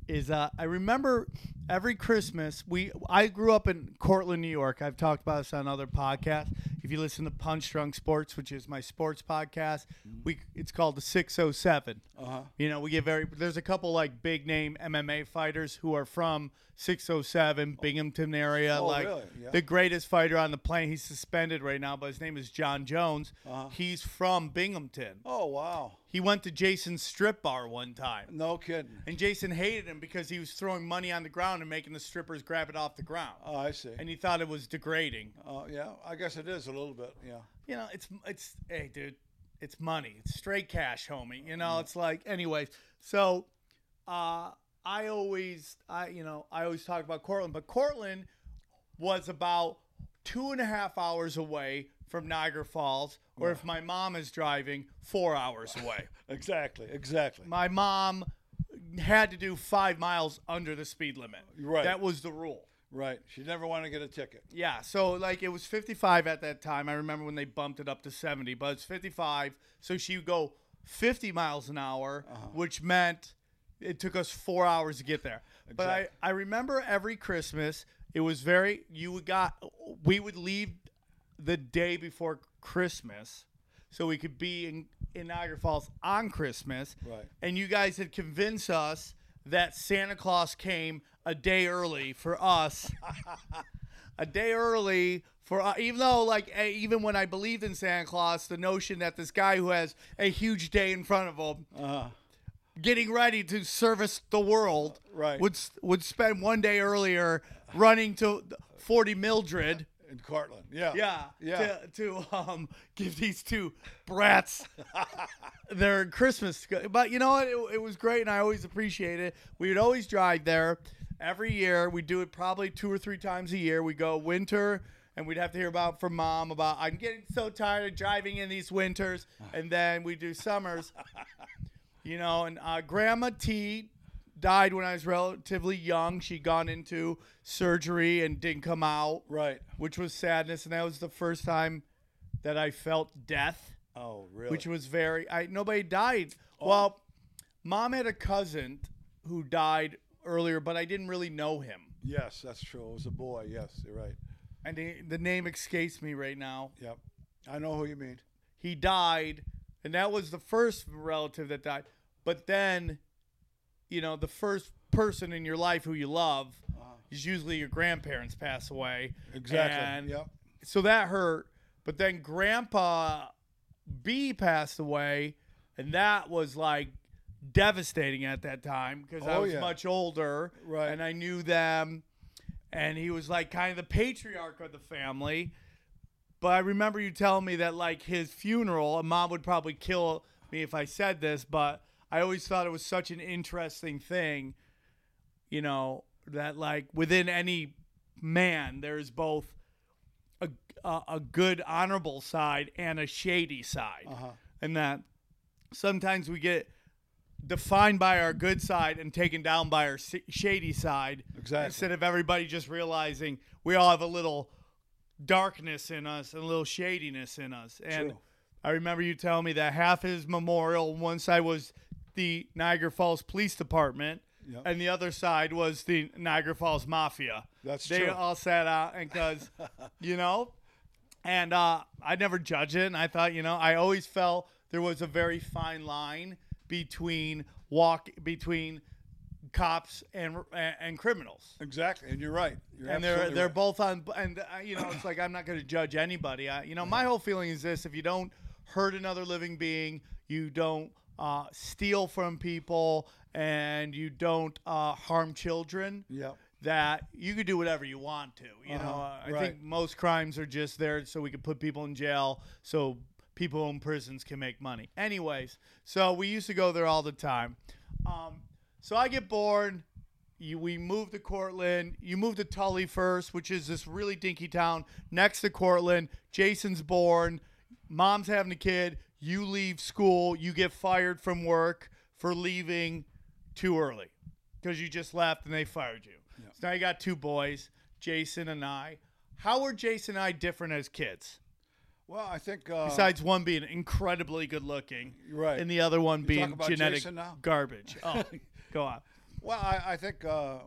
Speaker 1: Is uh, I remember every Christmas, we I grew up in Cortland, New York. I've talked about this on other podcasts. If you listen to Punch Drunk Sports, which is my sports podcast, we it's called the 607.
Speaker 2: Mm-hmm. uh-huh.
Speaker 1: You know, we get very. There's a couple like big name MMA fighters who are from 607 Binghamton area.
Speaker 2: Oh,
Speaker 1: like
Speaker 2: really? Yeah.
Speaker 1: the greatest fighter on the planet. He's suspended right now, but his name is John Jones.
Speaker 2: Uh-huh.
Speaker 1: He's from Binghamton.
Speaker 2: Oh, wow.
Speaker 1: He went to Jason's strip bar one time,
Speaker 2: No kidding.
Speaker 1: and Jason hated him because he was throwing money on the ground and making the strippers grab it off the ground,
Speaker 2: Oh, I see.
Speaker 1: and he thought it was degrading.
Speaker 2: Uh, yeah, I guess it is a little bit. Yeah,
Speaker 1: you know, it's it's hey, dude, it's money, it's straight cash, homie. You know, it's like anyways. So, uh, I always, I you know, I always talk about Cortland, but Cortland was about two and a half hours away from Niagara Falls, or if my mom is driving, four hours away.
Speaker 2: exactly, exactly.
Speaker 1: my mom had to do five miles under the speed limit.
Speaker 2: Right.
Speaker 1: that was the rule.
Speaker 2: right. She never wanted to get a ticket.
Speaker 1: Yeah, so like it was 55 at that time. I remember when they bumped it up to 70, but it's 55. So she would go 50 miles an hour, which meant it took us four hours to get there. But I, I remember every Christmas, it was very, you would got, we would leave the day before Christmas so we could be in, in Niagara Falls on Christmas.
Speaker 2: Right.
Speaker 1: And you guys had convinced us that Santa Claus came a day early for us a day early for uh, even though like eh, even when I believed in Santa Claus, the notion that this guy who has a huge day in front of him,
Speaker 2: Uh,
Speaker 1: getting ready to service the world,
Speaker 2: Right.
Speaker 1: would s- would spend one day earlier running to forty Mildred,
Speaker 2: in Cortland. Yeah.
Speaker 1: yeah,
Speaker 2: Yeah.
Speaker 1: to, to um give these two brats their Christmas. But you know what? It, it was great, and I always appreciate it. We would always drive there every year. We do it probably two or three times a year. We go winter, and we'd have to hear about from mom about I'm getting so tired of driving in these winters, and then we do summers. you know, and uh, Grandma T. Died when I was relatively young. She'd gone into surgery and didn't come out
Speaker 2: Right.
Speaker 1: which was sadness, and that was the first time that I felt death,
Speaker 2: Oh, really?
Speaker 1: which was very. I nobody died.
Speaker 2: Oh.
Speaker 1: Well, mom had a cousin who died earlier, but I didn't really know him,
Speaker 2: yes, that's true. It was a boy. Yes, you're right.
Speaker 1: and he- the name escapes me right now.
Speaker 2: Yep. I know who you mean.
Speaker 1: He died, and that was the first relative that died. But then, you know, the first person in your life who you love is usually your grandparents pass away.
Speaker 2: Exactly.
Speaker 1: And
Speaker 2: yep.
Speaker 1: so that hurt. But then Grandpa B passed away, and that was like devastating at that time because I
Speaker 2: Oh,
Speaker 1: was
Speaker 2: yeah.
Speaker 1: much older,
Speaker 2: Right.
Speaker 1: And I knew them, and he was like kind of the patriarch of the family. But I remember you telling me that like his funeral, and mom would probably kill me if I said this, but I always thought it was such an interesting thing, you know, that like within any man there's both a, a, a good honorable side and a shady side
Speaker 2: Uh huh.
Speaker 1: and that sometimes we get defined by our good side and taken down by our s- shady side
Speaker 2: Exactly.
Speaker 1: instead of everybody just realizing we all have a little darkness in us and a little shadiness in us. And
Speaker 2: True.
Speaker 1: I remember you telling me that half his memorial, one side was the Niagara Falls Police Department,
Speaker 2: Yep.
Speaker 1: and the other side was the Niagara Falls Mafia.
Speaker 2: That's
Speaker 1: they
Speaker 2: true.
Speaker 1: all sat out and because, you know, and uh, I never judge it. And I thought, you know, I always felt there was a very fine line between walk between cops and and, and criminals
Speaker 2: Exactly, and you're right. You're
Speaker 1: and they're
Speaker 2: absolutely
Speaker 1: they're
Speaker 2: right.
Speaker 1: both on and uh, you know it's like I'm not going to judge anybody. I, you know my whole feeling is this: if you don't hurt another living being, you don't uh, steal from people, and you don't uh, harm children.
Speaker 2: Yep.
Speaker 1: That you could do whatever you want to. You know,
Speaker 2: Uh-huh,
Speaker 1: I I
Speaker 2: right.
Speaker 1: think most crimes are just there so we could put people in jail, so people in prisons can make money. Anyways, so we used to go there all the time. Um, so I get bored. You, we moved to Cortland. You moved to Tully first, which is this really dinky town next to Cortland. Jason's born. Mom's having a kid. You leave school. You get fired from work for leaving too early because you just left and they fired you. So now you got two boys, Jason and I. How were Jason and I different as kids?
Speaker 2: Well, I think uh,
Speaker 1: Besides one being incredibly good looking,
Speaker 2: Right.
Speaker 1: and the other one being
Speaker 2: about
Speaker 1: genetic
Speaker 2: Jason now?
Speaker 1: garbage. Oh, go on.
Speaker 2: Well, I, I think uh,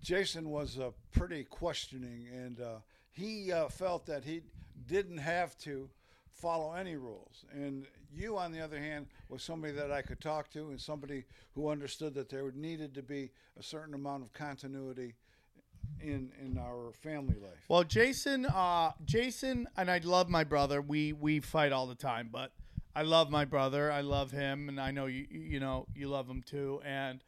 Speaker 2: Jason was uh, pretty questioning, and uh, he uh, felt that he didn't have to follow any rules. And you, on the other hand, was somebody that I could talk to, and somebody who understood that there needed to be a certain amount of continuity in in our family life.
Speaker 1: Well, Jason, uh, Jason, and I love my brother. We we fight all the time, but I love my brother. I love him, and I know you you know you love him too. And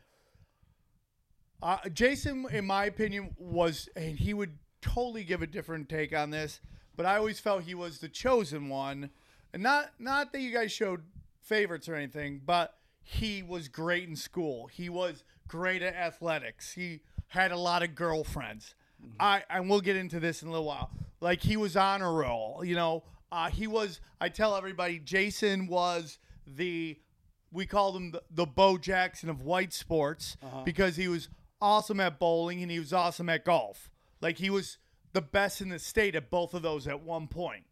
Speaker 1: uh, Jason, in my opinion, was and he would totally give a different take on this, but I always felt he was the chosen one, and not not that you guys showed favorites or anything, but he was great in school. He was great at athletics. He had a lot of girlfriends. I and we'll get into this in a little while. Like he was on a roll, you know. Uh, he was. I tell everybody, Jason was the we called him the, the Bo Jackson of white sports because he was awesome at bowling and he was awesome at golf. Like he was the best in the state at both of those at one point.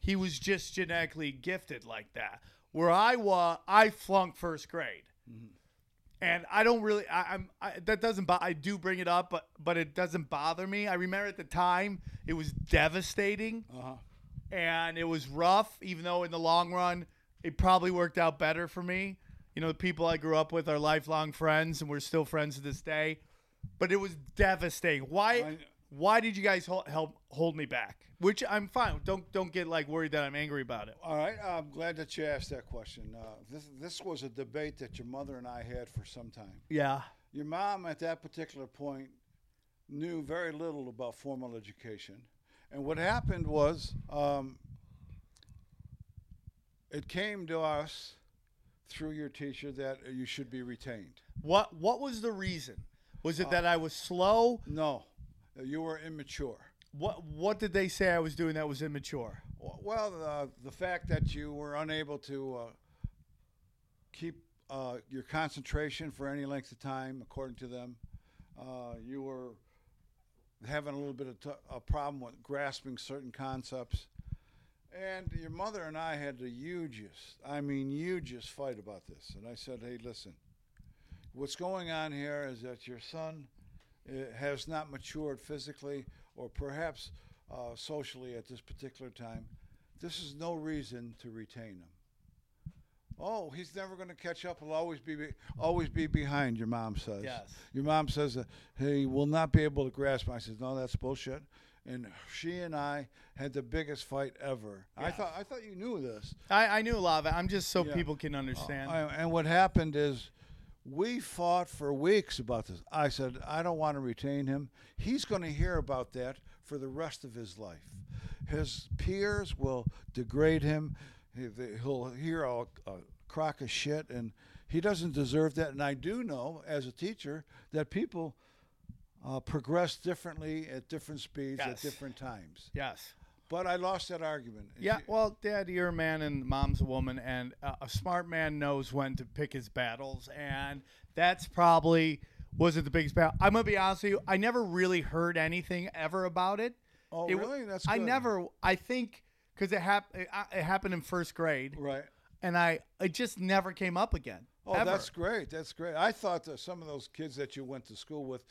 Speaker 1: He was just genetically gifted like that. Where I was, I flunked first grade. And I don't really, I, I'm I, that doesn't. Bo- I do bring it up, but but it doesn't bother me. I remember at the time it was devastating
Speaker 2: Uh-huh.
Speaker 1: and it was rough. Even though in the long run, it probably worked out better for me. You know, the people I grew up with are lifelong friends, and we're still friends to this day. But it was devastating. Why?
Speaker 2: I-
Speaker 1: why did you guys hold, help hold me back? Which I'm fine. with. Don't don't get like worried that I'm angry about it.
Speaker 2: All right, I'm glad that you asked that question. Uh, this this was a debate that your mother and I had for some time.
Speaker 1: Yeah.
Speaker 2: Your mom at that particular point knew very little about formal education. And what happened was um, it came to us through your teacher that you should be retained.
Speaker 1: What what was the reason? Was
Speaker 2: Uh,
Speaker 1: it that I was slow?
Speaker 2: No, you were immature.
Speaker 1: What what did they say I was doing that was immature?
Speaker 2: Well, uh, the fact that you were unable to uh, keep uh, your concentration for any length of time, according to them, uh, you were having a little bit of t- a problem with grasping certain concepts. And your mother and I had the hugest, I mean, hugest fight about this. And I said, hey, listen, what's going on here is that your son uh, has not matured physically or perhaps uh, socially at this particular time. This is no reason to retain him. Oh, he's never going to catch up. He'll always be, be always be behind. Your mom says.
Speaker 1: Yes.
Speaker 2: Your mom says that he will not be able to grasp. him." I says, no, that's bullshit. And she and I had the biggest fight ever. I
Speaker 1: Yes.
Speaker 2: thought I thought you knew this.
Speaker 1: I, I knew a lot of it. I'm just so
Speaker 2: Yeah. Oh,
Speaker 1: people can understand.
Speaker 2: I- and what happened is we fought for weeks about this. I said, I don't want to retain him. He's going to hear about that for the rest of his life. His peers will degrade him. He- they- He'll hear a, a crock of shit, and he doesn't deserve that. And I do know, as a teacher, that people uh, progress differently at different speeds at
Speaker 1: Yes.
Speaker 2: different times.
Speaker 1: yes.
Speaker 2: But I lost that argument. And
Speaker 1: Yeah,
Speaker 2: she-
Speaker 1: well, Dad, you're a man and Mom's a woman, and uh, a smart man knows when to pick his battles, and that's probably was it the biggest battle. I'm gonna be honest with you, I never really heard anything ever about it.
Speaker 2: Oh,
Speaker 1: It wa-
Speaker 2: really? That's
Speaker 1: I
Speaker 2: good.
Speaker 1: never. I think because it happened. It, I- it happened in first grade,
Speaker 2: Right.
Speaker 1: and I it just never came up again.
Speaker 2: Oh,
Speaker 1: ever.
Speaker 2: that's great. That's great. I thought that some of those kids that you went to school with,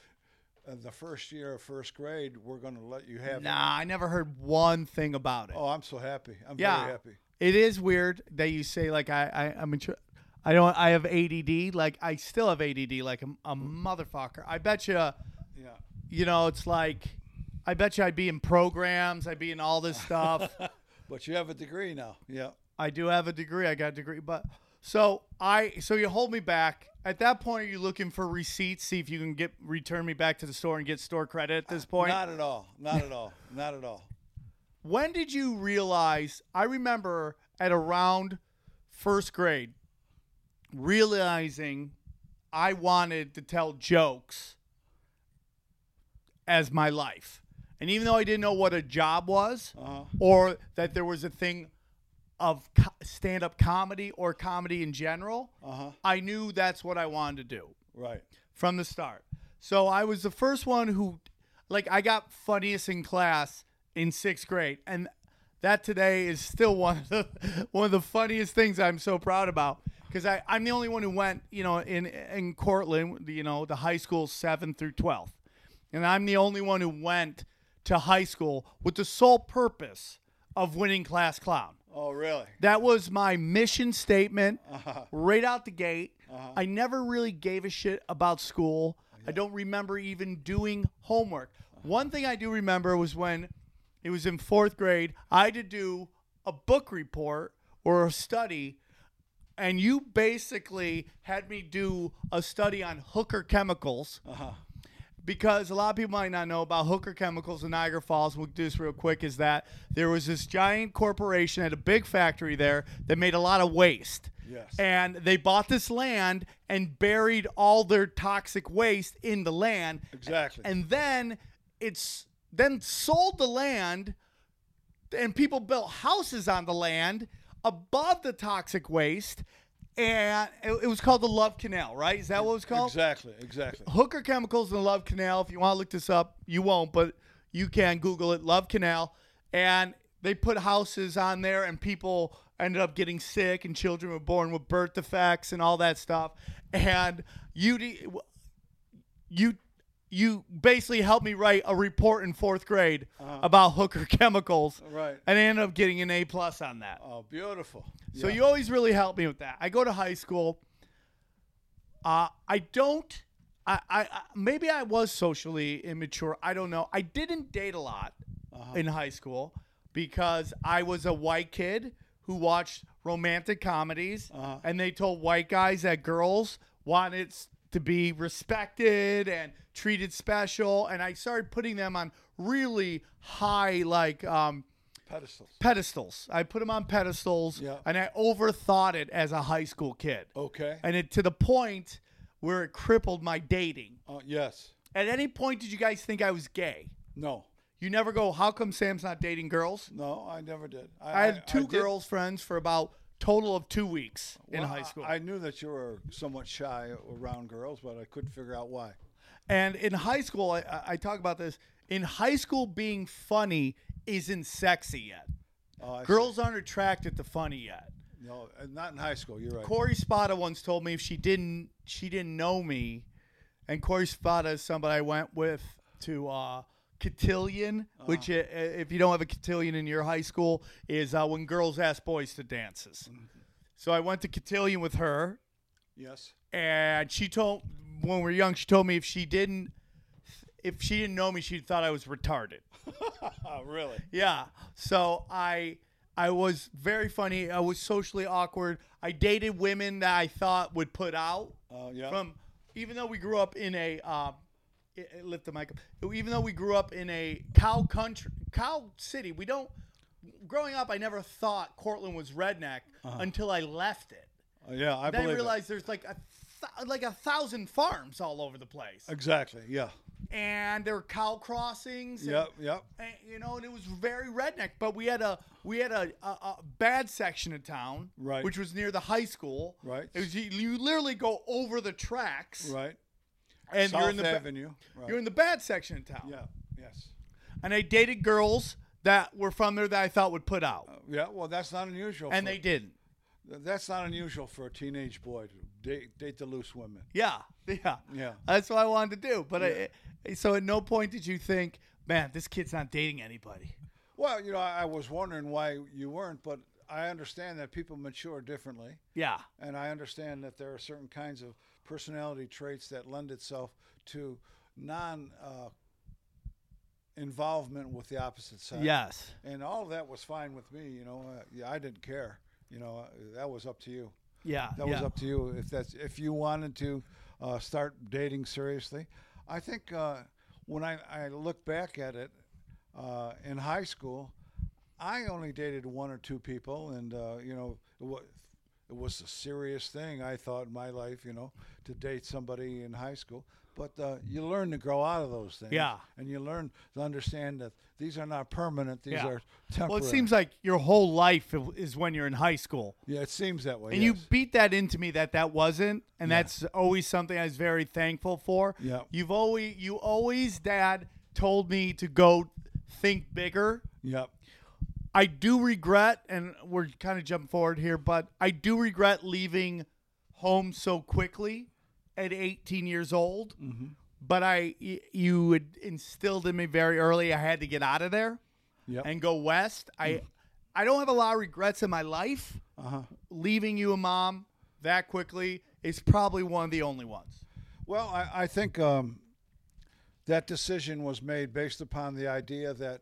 Speaker 2: uh, the first year of first grade, were going to let you have. it.
Speaker 1: nah. I never heard one thing about it.
Speaker 2: Oh, I'm so happy. I'm
Speaker 1: yeah,
Speaker 2: very happy.
Speaker 1: it is weird that you say like I, I I'm intro- I don't. I have ADD. Like I still have ADD. Like a, a motherfucker. I bet you.
Speaker 2: Yeah.
Speaker 1: You know, it's like. I bet you I'd be in programs. I'd be in all this stuff.
Speaker 2: But you have a degree now. Yeah.
Speaker 1: I do have a degree. I got a degree, but so I so you hold me back. At that point, are you looking for receipts? See if you can get return me back to the store and get store credit at this point.
Speaker 2: Not at all. Not at all. Not at all.
Speaker 1: when did you realize? I remember at around first grade realizing I wanted to tell jokes as my life, and even though I didn't know what a job was
Speaker 2: Uh-huh.
Speaker 1: or that there was a thing of co- stand-up comedy or comedy in general.
Speaker 2: Uh-huh.
Speaker 1: I knew that's what I wanted to do
Speaker 2: Right.
Speaker 1: from the start. So I was the first one who, like, I got funniest in class in sixth grade, and that today is still one of the one of the funniest things I'm so proud about because I I'm the only one who went you know in in Cortland you know the high school seventh through twelfth, and I'm the only one who went to high school with the sole purpose of winning class clown.
Speaker 2: Oh, really?
Speaker 1: That was my mission statement right out the gate. I never really gave a shit about school. I don't remember even doing homework. One thing I do remember was when it was in fourth grade, I had to do a book report or a study, and you basically had me do a study on hooker chemicals because a lot of people might not know about hooker chemicals in Niagara Falls. We'll do this real quick. Is that there was this giant corporation at a big factory there that made a lot of waste.
Speaker 2: Yes.
Speaker 1: And they bought this land and buried all their toxic waste in the land.
Speaker 2: Exactly.
Speaker 1: And then it's then sold the land, and people built houses on the land above the toxic waste. And it, it was called the Love Canal, right? Is that what it was called?
Speaker 2: exactly. Exactly.
Speaker 1: Hooker Chemicals in the Love Canal. If you want to look this up, you won't, but you can Google it, Love Canal. And they put houses on there, and people ended up getting sick, and children were born with birth defects and all that stuff. And you, de- you, you basically helped me write a report in fourth grade about Hooker Chemicals,
Speaker 2: Right.
Speaker 1: and I ended up getting an A plus on that.
Speaker 2: Oh, beautiful.
Speaker 1: So you always really helped me with that. I go to high school. Uh, I don't. I, I, I maybe I was socially immature. I don't know. I didn't date a lot in high school because I was a white kid who watched romantic comedies, and they told white guys that girls wanted s- to be respected and treated special, and I started putting them on really high like um,
Speaker 2: pedestals.
Speaker 1: pedestals. I put them on pedestals,
Speaker 2: Yeah. Oh.
Speaker 1: and I overthought it as a high school kid,
Speaker 2: Okay.
Speaker 1: and it to the point where it crippled my dating.
Speaker 2: Uh, yes.
Speaker 1: At any point, did you guys think I was gay?
Speaker 2: No.
Speaker 1: You never go. How come Sam's not dating girls?
Speaker 2: No, I never did.
Speaker 1: I had two
Speaker 2: did-
Speaker 1: girls friends for about total of two weeks in
Speaker 2: Well,
Speaker 1: high
Speaker 2: I-
Speaker 1: school.
Speaker 2: I knew that you were somewhat shy around girls, but I couldn't figure out why.
Speaker 1: And in high school, I, I- I talk about this. In high school, being funny isn't sexy yet.
Speaker 2: Oh, I see.
Speaker 1: Girls aren't attracted to funny yet.
Speaker 2: No, uh, not in high school. You're right.
Speaker 1: Corey Spada once told me if she didn't she didn't know me, and Corey Spada is somebody I went with to uh, cotillion, which i- i- if you don't have a cotillion in your high school is uh, when girls ask boys to dances. So I went to cotillion with her,
Speaker 2: Yes.
Speaker 1: and she told when we were young she told me if she didn't if she didn't know me she thought I was retarded.
Speaker 2: Oh, really?
Speaker 1: Yeah. So I I was very funny. I was socially awkward. I dated women that I thought would put out uh,
Speaker 2: Oh, yeah.
Speaker 1: from even though we grew up in a um, it, it lift the mic up. Even though we grew up in a cow country, cow city, we don't. Growing up, I never thought Cortland was redneck until I left it.
Speaker 2: Oh, yeah, Uh-huh. I
Speaker 1: Then I
Speaker 2: believe it.
Speaker 1: realized there's like a th- like a thousand farms all over the place,
Speaker 2: Exactly. Yeah.
Speaker 1: and there were cow crossings. and-
Speaker 2: Yep. Yep.
Speaker 1: and, you know, and it was very redneck. But we had a we had a, a, a bad section of town,
Speaker 2: Right.
Speaker 1: which was near the high school,
Speaker 2: Right.
Speaker 1: It was you, you literally go over the tracks,
Speaker 2: Right.
Speaker 1: and
Speaker 2: South
Speaker 1: you're in the ba-
Speaker 2: Avenue. Right.
Speaker 1: you're in the bad section of town,
Speaker 2: yeah. Yes.
Speaker 1: and I dated girls that were from there that I thought would put out,
Speaker 2: Yeah, well, that's not unusual.
Speaker 1: and
Speaker 2: for,
Speaker 1: they didn't.
Speaker 2: that's not unusual for a teenage boy to date, date the loose women.
Speaker 1: Yeah, yeah,
Speaker 2: Yeah.
Speaker 1: That's what I wanted to do. But I, so at no point did you think, man, this kid's not dating anybody.
Speaker 2: Well, you know, I, I was wondering why you weren't, but I understand that people mature differently,
Speaker 1: Yeah,
Speaker 2: and I understand that there are certain kinds of personality traits that lend itself to non uh, involvement with the opposite sex.
Speaker 1: yes.
Speaker 2: and all of that was fine with me. You know, uh, yeah, I didn't care. You know, uh, that was up to you.
Speaker 1: Yeah,
Speaker 2: That
Speaker 1: yeah.
Speaker 2: was up to you. If that's if you wanted to uh, start dating seriously, I think uh, when I, I look back at it uh, in high school, I only dated one or two people, and uh, you know it was it was a serious thing I thought in my life. You know, to date somebody in high school. But uh, you learn to grow out of those things,
Speaker 1: Yeah.
Speaker 2: and you learn to understand that these are not permanent; these
Speaker 1: Yeah.
Speaker 2: are temporary.
Speaker 1: Well, it seems like your whole life i- is when you're in high school.
Speaker 2: yeah, it seems that way.
Speaker 1: And
Speaker 2: yes.
Speaker 1: you beat that into me that that wasn't, and that's always something I was very thankful for.
Speaker 2: Yeah.
Speaker 1: You've always, you always, Dad told me to go think bigger.
Speaker 2: yep,
Speaker 1: I do regret, and we're kind of jumping forward here, but I do regret leaving home so quickly at 18 years old.
Speaker 2: Mm-hmm.
Speaker 1: But I, y- you had instilled in me very early. I had to get out of there
Speaker 2: yep, Mm.
Speaker 1: and go west. I, I don't have a lot of regrets in my life.
Speaker 2: uh-huh.
Speaker 1: Leaving you a mom that quickly is probably one of the only ones.
Speaker 2: Well, I, I think um, that decision was made based upon the idea that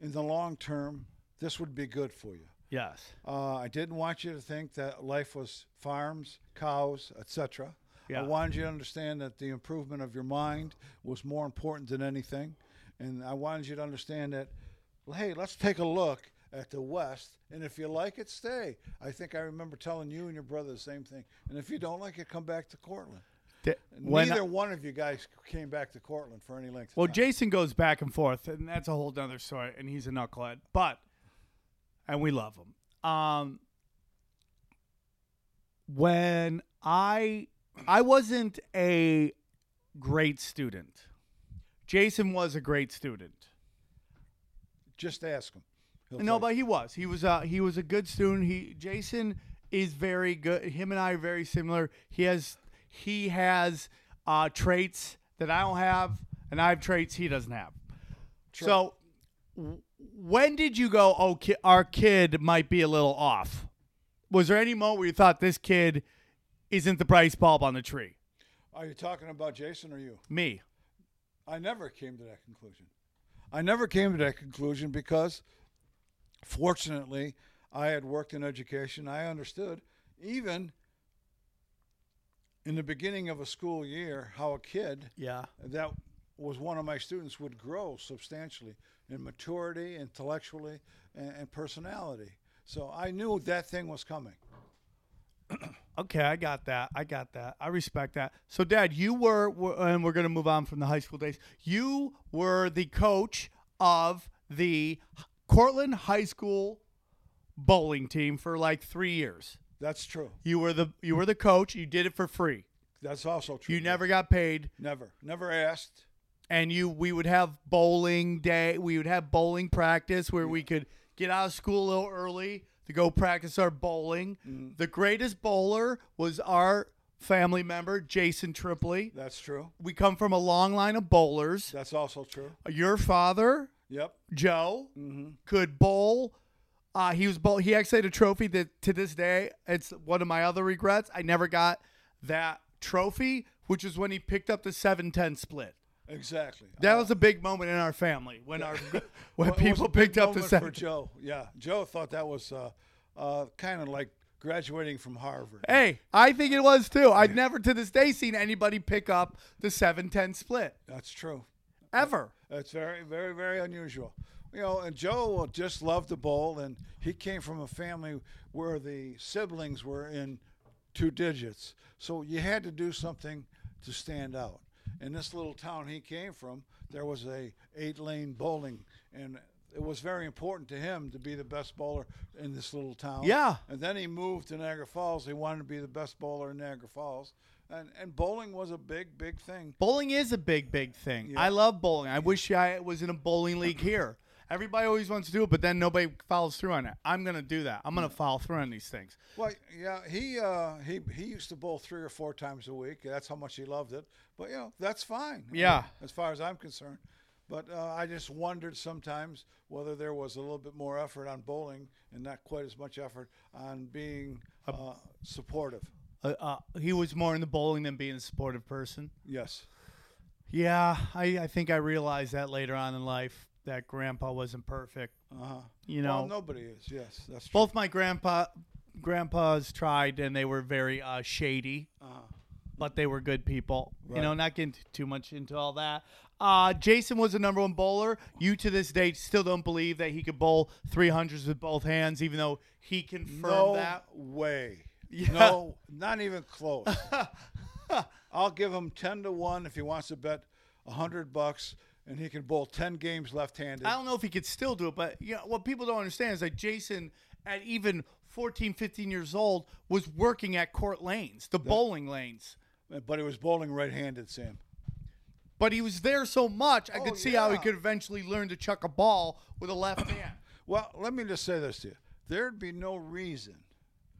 Speaker 2: in the long term, this would be good for you.
Speaker 1: Yes.
Speaker 2: Uh, I didn't want you to think that life was farms, cows, etc.
Speaker 1: Yeah.
Speaker 2: I wanted you to understand that the improvement of your mind was more important than anything, and I wanted you to understand that. Well, hey, let's take a look at the West, and if you like it, stay. I think I remember telling you and your brother the same thing. And if you don't like it, come back to Cortland.
Speaker 1: when
Speaker 2: Neither one of you guys came back to Cortland for any length. Of
Speaker 1: Well,
Speaker 2: time.
Speaker 1: Jason goes back and forth, and that's a whole nother story, and he's a knucklehead, but and we love him. Um, when I I wasn't a great student, Jason was a great student.
Speaker 2: just ask him. He'll
Speaker 1: No,
Speaker 2: tell
Speaker 1: but he was. He was a he was a good student. He Jason is very good. Him and I are very similar. He has he has uh, traits that I don't have, and I have traits he doesn't have. So, w- when did you go? Oh, ki- our kid might be a little off. Was there any moment where you thought this kid isn't the Bryce bulb on the tree?
Speaker 2: you. Are you talking about Jason or you?
Speaker 1: Me.
Speaker 2: I never came to that conclusion. I never came to that conclusion because, fortunately, I had worked in education. I understood, even in the beginning of a school year, how a kid
Speaker 1: Yeah.
Speaker 2: that was one of my students would grow substantially in maturity, intellectually, and, and personality. So I knew that thing was coming.
Speaker 1: Okay, I got that. I got that. I respect that. So, Dad, you were, were and we're going to move on from the high school days. You were the coach of the Cortland High School bowling team for like three years.
Speaker 2: That's true.
Speaker 1: You were the you were the coach. You did it for free.
Speaker 2: That's also true.
Speaker 1: You never got paid,
Speaker 2: never, never asked.
Speaker 1: and you we would have bowling day. We would have bowling practice where we could get out of school a little early to go practice our bowling. The greatest bowler was our family member Jason Tripoli.
Speaker 2: That's true.
Speaker 1: we come from a long line of bowlers.
Speaker 2: That's also true.
Speaker 1: Your father,
Speaker 2: Yep.
Speaker 1: Joe, could bowl. Uh, he was bowl. He actually had a trophy that to this day it's one of my other regrets. I never got that trophy, which is when he picked up the seven ten split.
Speaker 2: Exactly.
Speaker 1: That was a big moment in our family when our when
Speaker 2: Well, it was
Speaker 1: people
Speaker 2: a big
Speaker 1: picked up the
Speaker 2: moment for
Speaker 1: seven.
Speaker 2: Joe. Yeah, Joe thought that was uh, uh, kind of like graduating from Harvard.
Speaker 1: Hey, I think it was too. I've never to this day seen anybody pick up the seven ten split
Speaker 2: That's true.
Speaker 1: ever.
Speaker 2: That's very, very, very unusual. You know, and Joe just loved to bowl, and he came from a family where the siblings were in two digits. So you had to do something to stand out. In this little town he came from, there was a eight-lane bowling, and it was very important to him to be the best bowler in this little town.
Speaker 1: Yeah.
Speaker 2: And then he moved to Niagara Falls. He wanted to be the best bowler in Niagara Falls, and and bowling was a big big thing.
Speaker 1: Bowling is a big, big thing. I love bowling. I wish I was in a bowling league here. Everybody always wants to do it, but then nobody follows through on it. I'm gonna do that. I'm gonna
Speaker 2: Mm.
Speaker 1: follow through on these things.
Speaker 2: Well, yeah, he uh, he he used to bowl three or four times a week. That's how much he loved it. But you know, that's fine. I mean,
Speaker 1: Yeah.
Speaker 2: as far as I'm concerned. But uh, I just wondered sometimes whether there was a little bit more effort on bowling and not quite as much effort on being uh, supportive.
Speaker 1: Uh, uh, he was more into bowling than being a supportive person.
Speaker 2: Yes.
Speaker 1: Yeah, I, I think I realized that later on in life that grandpa wasn't perfect.
Speaker 2: Uh huh.
Speaker 1: You know,
Speaker 2: well, nobody is. Yes, that's true.
Speaker 1: both my grandpa grandpas tried and they were very uh, shady,
Speaker 2: Uh-huh.
Speaker 1: but they were good people. You
Speaker 2: Right.
Speaker 1: know, not getting t- too much into all that. Uh, Jason was the number one bowler. You to this day still don't believe that he could bowl 300s with both hands, even though he confirmed
Speaker 2: no
Speaker 1: that.
Speaker 2: way.
Speaker 1: Yeah.
Speaker 2: No, not even close. I'll give him ten to one if he wants to bet hundred bucks, and he can bowl ten games left-handed.
Speaker 1: I don't know if he could still do it, but you know, what people don't understand is that Jason, at even 14, 15 years old, was working at court lanes, the bowling lanes.
Speaker 2: But he was bowling right-handed, Sam.
Speaker 1: But he was there so much, I
Speaker 2: Oh,
Speaker 1: could see how he
Speaker 2: yeah.
Speaker 1: could eventually learn to chuck a ball with a left hand.
Speaker 2: Well, let me just say this to you: there'd be no reason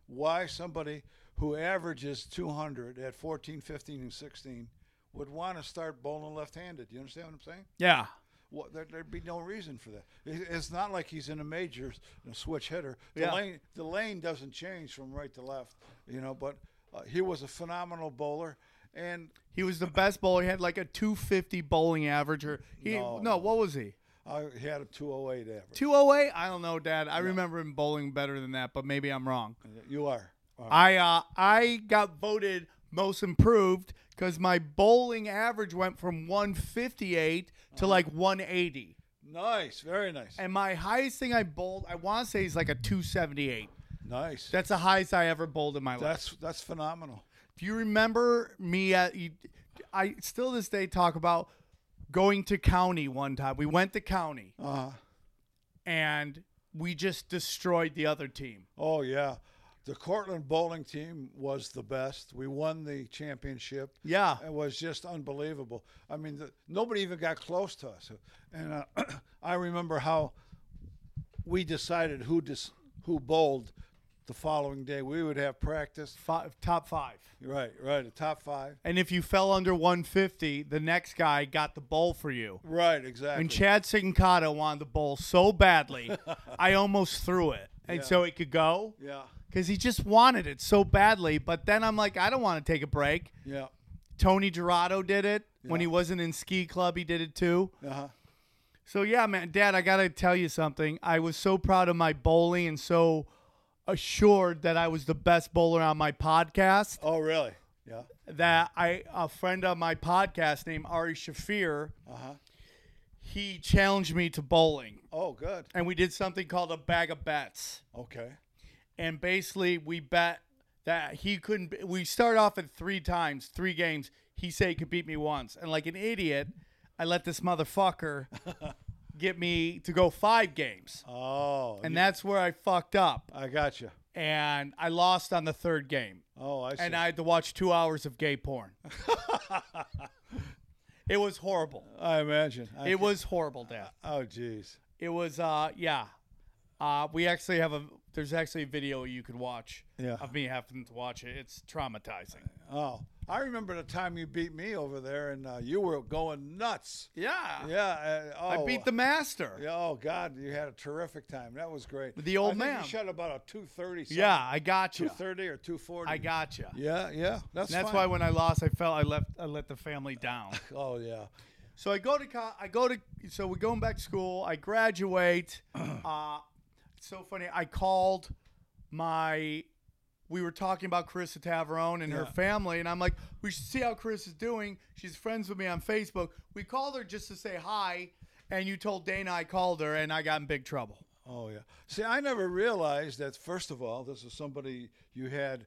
Speaker 2: why somebody who averages 200 at 14, 15, and 16 would want to start bowling left-handed. You understand what I'm saying?
Speaker 1: Yeah.
Speaker 2: Well, there, there'd be no reason for that. It- It's not like he's in a major you know, switch hitter. The
Speaker 1: Yeah.
Speaker 2: lane the lane doesn't change from right to left, you know. But uh, he was a phenomenal bowler, and
Speaker 1: He was the best bowler. He had like a 250 bowling average. Or he, no.
Speaker 2: No.
Speaker 1: what was he?
Speaker 2: I uh, he had a 208 average.
Speaker 1: 208? I don't know, Dad. I remember him bowling better than that, but maybe I'm wrong.
Speaker 2: You are. Uh,
Speaker 1: I uh, I got voted most improved because my bowling average went from 158
Speaker 2: Uh-huh.
Speaker 1: to like 180,
Speaker 2: nice, very nice,
Speaker 1: and my highest thing I bowled, I want to say, is like a 278.
Speaker 2: nice.
Speaker 1: That's the highest I ever bowled in my life.
Speaker 2: that's that's phenomenal.
Speaker 1: If you remember me at, you, I still this day talk about going to county one time. We went to county
Speaker 2: Uh,
Speaker 1: and we just destroyed the other team.
Speaker 2: oh yeah, the Cortland bowling team was the best. We won the championship.
Speaker 1: Yeah.
Speaker 2: It was just unbelievable. I mean, the, nobody even got close to us. And uh, I remember how we decided who dis, who bowled the following day. We would have practice.
Speaker 1: Five, top five.
Speaker 2: Right, right, a top five.
Speaker 1: And if you fell under 150, the next guy got the bowl for you.
Speaker 2: Right, exactly.
Speaker 1: And Chad Sincata wanted the bowl so badly, I almost threw it. And so it could go
Speaker 2: yeah,
Speaker 1: because he just wanted it so badly. But then I'm like, I don't want to take a break.
Speaker 2: yeah,
Speaker 1: Tony Gerardo did it. When he wasn't in ski club, he did it too.
Speaker 2: uh-huh.
Speaker 1: So yeah, man, Dad, I gotta tell you something. I was so proud of my bowling and so assured that I was the best bowler on my podcast
Speaker 2: Oh, really? Yeah.
Speaker 1: that I a friend of my podcast named Ari Shafir,
Speaker 2: Uh-huh.
Speaker 1: he challenged me to bowling,
Speaker 2: Oh, good.
Speaker 1: and we did something called a bag of bets.
Speaker 2: Okay.
Speaker 1: And basically, we bet that he couldn't. b- We start off at three times, three games. He said he could beat me once, and like an idiot, I let this motherfucker get me to go five games.
Speaker 2: Oh,
Speaker 1: And that's where I fucked up.
Speaker 2: I got you.
Speaker 1: And I lost on the third game.
Speaker 2: Oh, I see.
Speaker 1: And uh, I had to watch two hours of gay porn. it was horrible.
Speaker 2: I imagine. I
Speaker 1: It was horrible, Dad.
Speaker 2: Oh, jeez.
Speaker 1: It was, uh, yeah. Uh, we actually have a, there's actually a video you can watch
Speaker 2: Yeah.
Speaker 1: of me having to watch it. It's traumatizing.
Speaker 2: Oh, I remember the time you beat me over there, and uh, you were going nuts.
Speaker 1: Yeah.
Speaker 2: Yeah. Uh, oh,
Speaker 1: I beat the master.
Speaker 2: Yeah, oh God, you had a terrific time. That was great.
Speaker 1: The old
Speaker 2: I think
Speaker 1: man.
Speaker 2: You shot about a two thirty.
Speaker 1: Yeah, I got
Speaker 2: Two
Speaker 1: you.
Speaker 2: thirty or two forty.
Speaker 1: I got you.
Speaker 2: Yeah, yeah. That's
Speaker 1: That's why
Speaker 2: fine.
Speaker 1: when I lost, I felt I left, I let the family down.
Speaker 2: Oh yeah.
Speaker 1: So I go to co- I go to so we're going back to school. I graduate. uh, it's so funny. I called my. We were talking about Carissa Taverone and her
Speaker 2: Yeah.
Speaker 1: family, and I'm like, we should see how Chris is doing. She's friends with me on Facebook. We called her just to say hi, and you told Dana I called her, and I got in big trouble.
Speaker 2: Oh yeah. See, I never realized that. First of all, this is somebody you had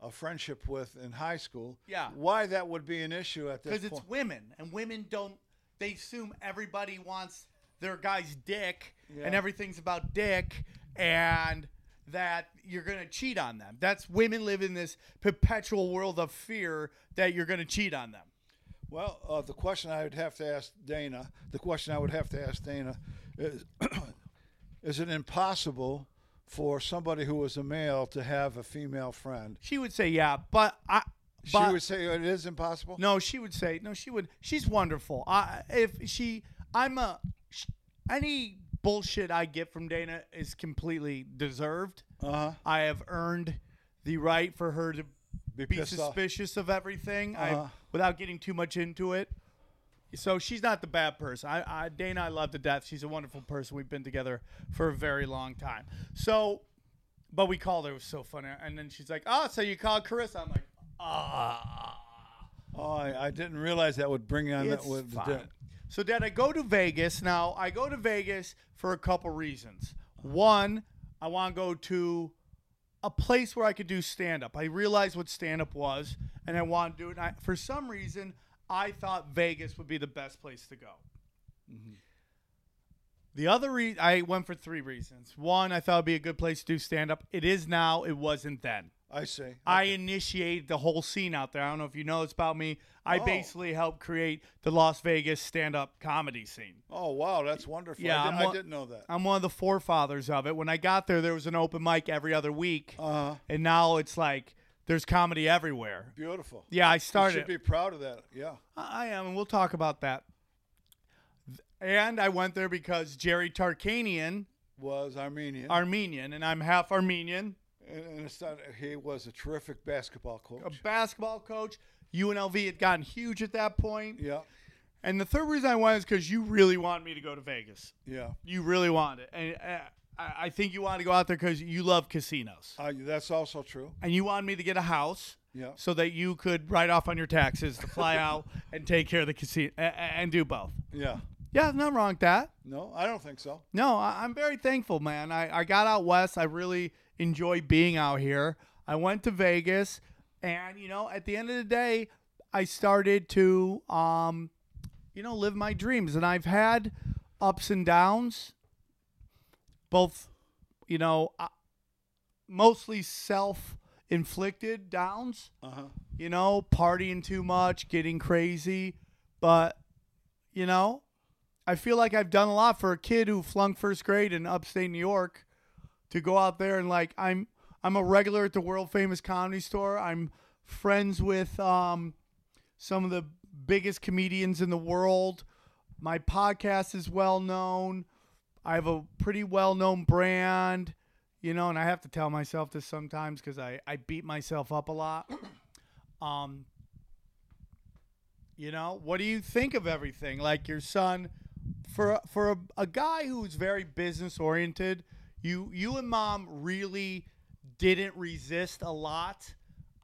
Speaker 2: a friendship with in high school.
Speaker 1: Yeah.
Speaker 2: Why that would be an issue at this
Speaker 1: because
Speaker 2: point?
Speaker 1: it's women and women don't they assume everybody wants their guy's dick
Speaker 2: Yeah.
Speaker 1: and everything's about dick and that you're going to cheat on them. That's women live in this perpetual world of fear that you're going to cheat on them.
Speaker 2: Well, uh, the question I would have to ask Dana, the question I would have to ask Dana is is it impossible for somebody who is a male to have a female friend?
Speaker 1: She would say, "Yeah, but I." But,
Speaker 2: she would say it is impossible.
Speaker 1: No, she would say no. She would. She's wonderful. I if she, I'm a. sh any bullshit I get from Dana is completely deserved.
Speaker 2: Uh-huh.
Speaker 1: I have earned the right for her to be,
Speaker 2: Be pissed off.
Speaker 1: suspicious of everything.
Speaker 2: uh, Uh-huh.
Speaker 1: I, without getting too much into it. So she's not the bad person. I, I Dana, I love to death. She's a wonderful person. We've been together for a very long time. So, but we called her. It was so funny. And then she's like, "Oh, so you called Carissa?" I'm like, "Ah."
Speaker 2: Oh, I, I didn't realize that would bring on that.
Speaker 1: It's
Speaker 2: Would,
Speaker 1: fine.
Speaker 2: that-
Speaker 1: So, Dad, I go to Vegas. Now, I go to Vegas for a couple reasons. One, I want to go to a place where I could do stand up. I realized what stand up was, and I want to do it. And I, for some reason, I thought Vegas would be the best place to go. Mm-hmm. The other re- I went for three reasons. One, I thought it'd be a good place to do stand up. It is now. It wasn't then.
Speaker 2: I see.
Speaker 1: I initiated the whole scene out there. I don't know if you know it's about me. I
Speaker 2: Oh.
Speaker 1: basically helped create the Las Vegas stand up comedy scene.
Speaker 2: Oh wow, that's wonderful.
Speaker 1: Yeah,
Speaker 2: I,
Speaker 1: I'm
Speaker 2: did, I
Speaker 1: wa-
Speaker 2: didn't know that.
Speaker 1: I'm one of the forefathers of it. When I got there, there was an open mic every other week,
Speaker 2: Uh,
Speaker 1: and now it's like there's comedy everywhere.
Speaker 2: beautiful.
Speaker 1: Yeah, I
Speaker 2: You
Speaker 1: started.
Speaker 2: should be proud of that. Yeah.
Speaker 1: I I am, and we'll talk about that. Th- And I went there because Jerry Tarkanian,
Speaker 2: Was Armenian,
Speaker 1: Armenian, and I'm half Armenian,
Speaker 2: and, and it's not, he was a terrific basketball coach.
Speaker 1: a basketball coach. UNLV had gotten huge at that point.
Speaker 2: yeah,
Speaker 1: And the third reason I went is because you really wanted me to go to Vegas.
Speaker 2: yeah.
Speaker 1: You really wanted it. And uh, I I think you wanted to go out there because you love casinos.
Speaker 2: I, that's also true.
Speaker 1: And you wanted me to get a house
Speaker 2: Yeah.
Speaker 1: so that you could write off on your taxes to fly out and take care of the casino a- a- and do both.
Speaker 2: Yeah.
Speaker 1: Yeah, there's nothing wrong with that.
Speaker 2: No, I don't think so.
Speaker 1: No, I, I'm very thankful, man. I, I got out west. I really enjoy being out here. I went to Vegas, and you know, at the end of the day, I started to, um, you know, live my dreams. And I've had ups and downs, both, you know, uh, mostly self-inflicted downs
Speaker 2: Uh huh.
Speaker 1: you know, partying too much, getting crazy. But, you know, I feel like I've done a lot for a kid who flunked first grade in upstate New York to go out there and like I'm I'm a regular at the world famous comedy store. I'm friends with um some of the biggest comedians in the world. My podcast is well known. I have a pretty well known brand, you know, and I have to tell myself this sometimes because I, I beat myself up a lot. Um, you know, what do you think of everything? Like your son, for for a, a guy who's very business oriented, you you and mom really didn't resist a lot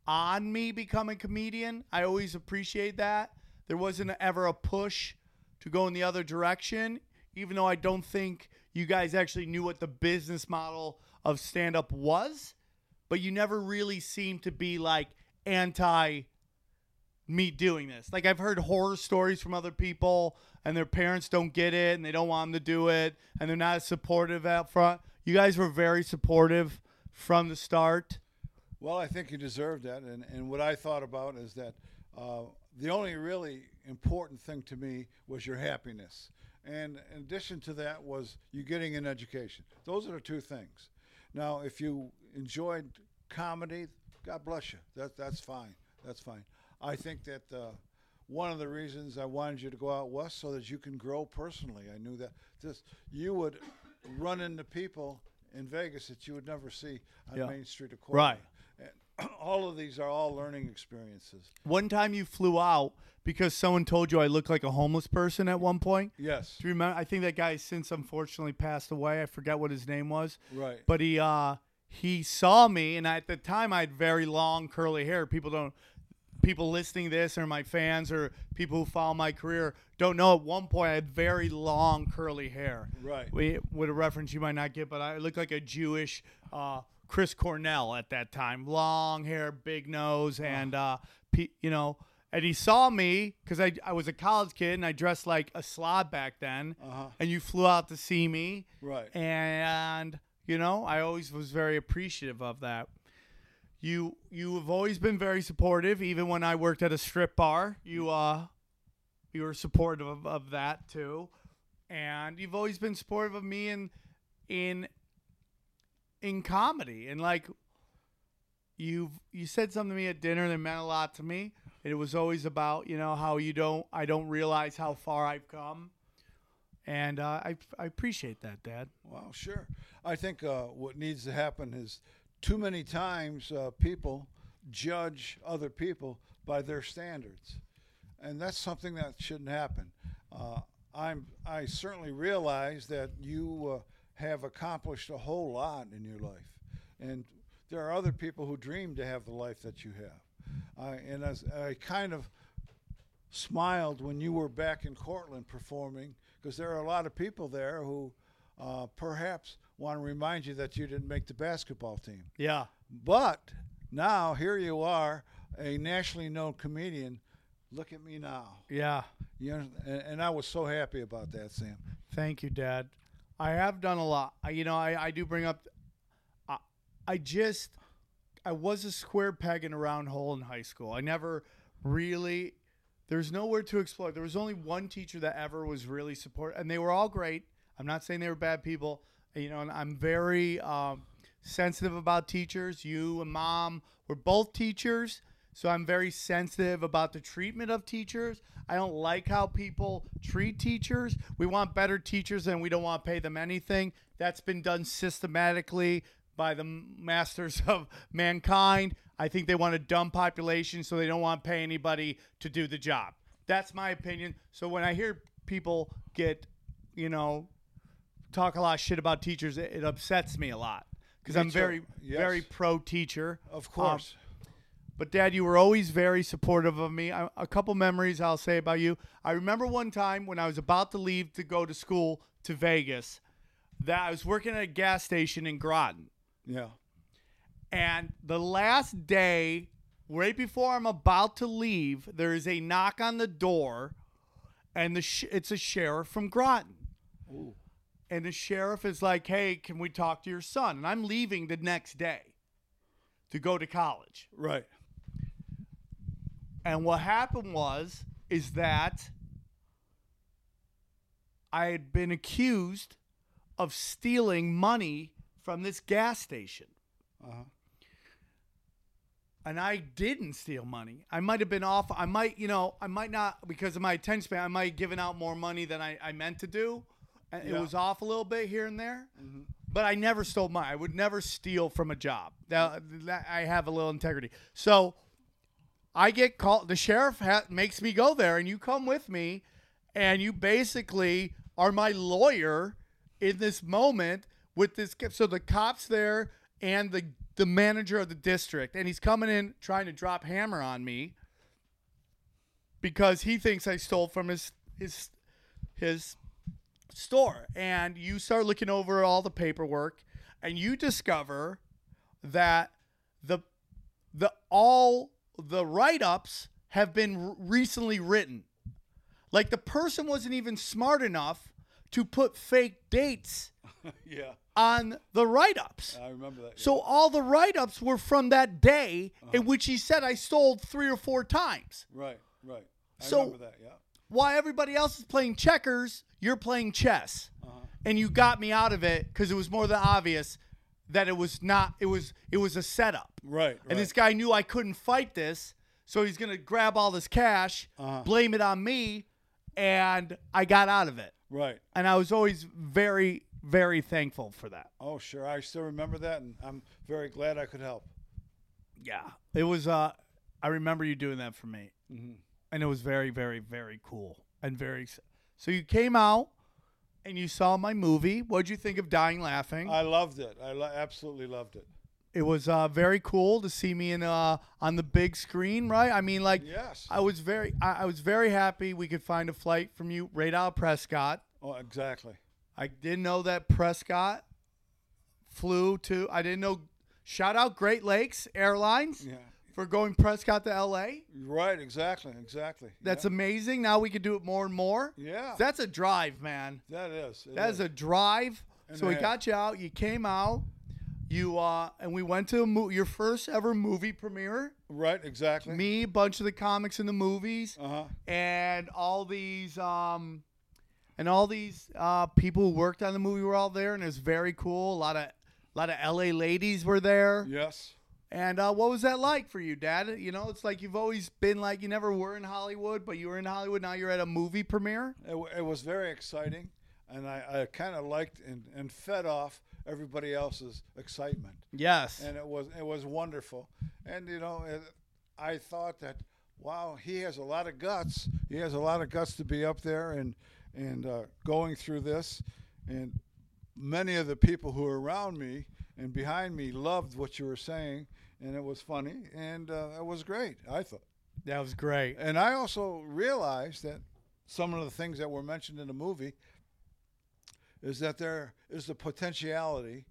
Speaker 1: on me becoming comedian. I always appreciate that. There wasn't ever a push to go in the other direction, even though I don't think you guys actually knew what the business model of stand up was but you never really seem to be like anti me doing this. Like I've heard horror stories from other people and their parents don't get it and they don't want them to do it and they're not as supportive out front. You guys were very supportive from the start.
Speaker 2: Well, I think you deserve that. And, and what I thought about is that uh, the only really important thing to me was your happiness. And in addition to that was you getting an education. Those are the two things. Now, if you enjoyed comedy, God bless you. That, that's fine. That's fine. I think that uh, one of the reasons I wanted you to go out west so that you can grow personally. I knew that this you would run into people in Vegas that you would never see on
Speaker 1: Yeah.
Speaker 2: Main Street or Corcoran.
Speaker 1: Right.
Speaker 2: And all of these are all learning experiences.
Speaker 1: One time you flew out because someone told you I looked like a homeless person at one point.
Speaker 2: Yes.
Speaker 1: Do you remember? I think that guy has since unfortunately passed away. I forget what his name was.
Speaker 2: Right.
Speaker 1: But he uh he saw me, and at the time I had very long curly hair. People don't. People listening to this, or my fans, or people who follow my career, don't know. At one point, I had very long curly hair.
Speaker 2: Right.
Speaker 1: We, with a reference you might not get, but I looked like a Jewish uh, Chris Cornell at that time. Long hair, big nose, and uh, pe- you know, and he saw me because I I was a college kid and I dressed like a slob back then.
Speaker 2: Uh-huh.
Speaker 1: And you flew out to see me
Speaker 2: Right.
Speaker 1: and You know, I always was very appreciative of that. You you have always been very supportive, even when I worked at a strip bar. You uh, you were supportive of, of that too, and you've always been supportive of me in in in comedy and like you've you said something to me at dinner that meant a lot to me. It was always about you know how you don't I don't realize how far I've come, and uh, I I appreciate that, Dad.
Speaker 2: Well, sure. I think uh, what needs to happen is too many times uh, people judge other people by their standards, and that's something that shouldn't happen. Uh, I'm I certainly realize that you uh, have accomplished a whole lot in your life, and there are other people who dream to have the life that you have. I and as, I kind of smiled when you were back in Cortland performing because there are a lot of people there who uh, perhaps want to remind you that you didn't make the basketball team.
Speaker 1: Yeah,
Speaker 2: But now here you are, a nationally known comedian. Look at me now.
Speaker 1: yeah.
Speaker 2: You under- and, and I was so happy about that, Sam.
Speaker 1: Thank you, Dad. I have done a lot. I, you know, I, I do bring up. I, I just, I was a square peg in a round hole in high school. I never really. There's nowhere to explore. There was only one teacher that ever was really support, and they were all great. I'm not saying they were bad people. You know, and I'm very um, sensitive about teachers. You and Mom were both teachers. So I'm very sensitive about the treatment of teachers. I don't like how people treat teachers. We want better teachers and we don't want to pay them anything. That's been done systematically by the m- masters of mankind. I think they want a dumb population so they don't want to pay anybody to do the job. That's my opinion. So when I hear people get, you know, talk a lot of shit about teachers, it, it upsets me a lot because
Speaker 2: Me
Speaker 1: I'm
Speaker 2: too.
Speaker 1: very,
Speaker 2: Yes.
Speaker 1: very pro teacher.
Speaker 2: Of course.
Speaker 1: But Dad, you were always very supportive of me. I, a couple memories I'll say about you. I remember one time when I was about to leave to go to school to Vegas, that I was working at a gas station in Groton,
Speaker 2: Um, yeah.
Speaker 1: and the last day, right before I'm about to leave, there is a knock on the door, and the sh- it's a sheriff from Groton. And the sheriff is like, "Hey, can we talk to your son?" And I'm leaving the next day to go to college.
Speaker 2: Right.
Speaker 1: And what happened was is that I had been accused of stealing money from this gas station.
Speaker 2: Uh-huh.
Speaker 1: And I didn't steal money. I might have been off. I might, you know, I might not because of my attention span. I might have given out more money than I, I meant to do. And
Speaker 2: Yeah. Mm-hmm.
Speaker 1: It was off a little bit here and there, but I never stole money. I would never steal from a job. That, that I have a little integrity. So I get called. The sheriff ha- makes me go there, and you come with me, and you basically are my lawyer in this moment with this. ki- So the cops there and the the manager of the district, and he's coming in trying to drop hammer on me because he thinks I stole from his his his store. And you start looking over all the paperwork, and you discover that the the all the write-ups have been r- recently written like the person wasn't even smart enough to put fake dates
Speaker 2: Yeah.
Speaker 1: on the write-ups
Speaker 2: I remember that.
Speaker 1: so all the write-ups were from that day in which he said i stole three or four times
Speaker 2: right. Right. I
Speaker 1: So-
Speaker 2: remember that. Yeah.
Speaker 1: while everybody else is playing checkers you're playing chess and you got me out of it because it was more than obvious that it was not it was it was a setup
Speaker 2: Right.
Speaker 1: And this guy knew I couldn't fight this, so he's gonna grab all this cash,
Speaker 2: Uh-huh.
Speaker 1: blame it on me, and I got out of it.
Speaker 2: right.
Speaker 1: And I was always very, very thankful for that.
Speaker 2: Oh, sure. I still remember that, and I'm very glad I could help.
Speaker 1: Yeah, it was. Uh, I remember you doing that for me,
Speaker 2: Mm-hmm.
Speaker 1: and it was very, very, very cool and very. ex- So you came out and you saw my movie. What'd you think of Dying Laughing?
Speaker 2: I loved it. I lo- absolutely loved it.
Speaker 1: it was uh, very cool to see me in uh, on the big screen, right? I mean, like,
Speaker 2: Yes.
Speaker 1: I was very, I, I was very happy we could find a flight from you right out of Prescott.
Speaker 2: Oh, exactly.
Speaker 1: I didn't know that Prescott flew to. I didn't know. Shout out Great Lakes Airlines
Speaker 2: Yeah.
Speaker 1: for going Prescott to L.A.
Speaker 2: Right. Exactly. Exactly.
Speaker 1: That's
Speaker 2: yeah.
Speaker 1: amazing. Now we could do it more and more.
Speaker 2: Yeah.
Speaker 1: That's a drive, man.
Speaker 2: that is. It
Speaker 1: That is
Speaker 2: is.
Speaker 1: a drive. So we got you out. You came out. You uh, and we went to a mo- your first ever movie premiere.
Speaker 2: right exactly.
Speaker 1: Me, a bunch of the comics and the movies,
Speaker 2: Uh huh.
Speaker 1: and all these um, and all these uh, people who worked on the movie were all there, and it was very cool. A lot of a lot of LA ladies were there.
Speaker 2: Yes.
Speaker 1: And uh, what was that like for you, Dad? You know, it's like you've always been like you never were in Hollywood, but you were in Hollywood. Now you're at a movie premiere.
Speaker 2: It, wa- it was very exciting, and I, I kind of liked and, and fed off everybody else's excitement,
Speaker 1: Yes.
Speaker 2: and it was it was wonderful. And you know, it, I thought that wow, he has a lot of guts. He has a lot of guts to be up there and and uh, going through this, and many of the people who were around me and behind me loved what you were saying, and it was funny, and uh, it was great. I thought.
Speaker 1: that was great.
Speaker 2: And I also realized that some of the things that were mentioned in the movie is that there is the potentiality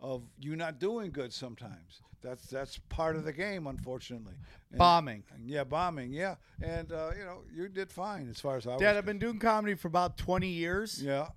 Speaker 2: of you not doing good sometimes. That's that's part of the game, unfortunately. And-
Speaker 1: Bombing.
Speaker 2: and yeah, bombing. Yeah, and uh, you know you did fine as far as I
Speaker 1: Dad,
Speaker 2: was.
Speaker 1: I've been doing comedy for about 20 years.
Speaker 2: yeah,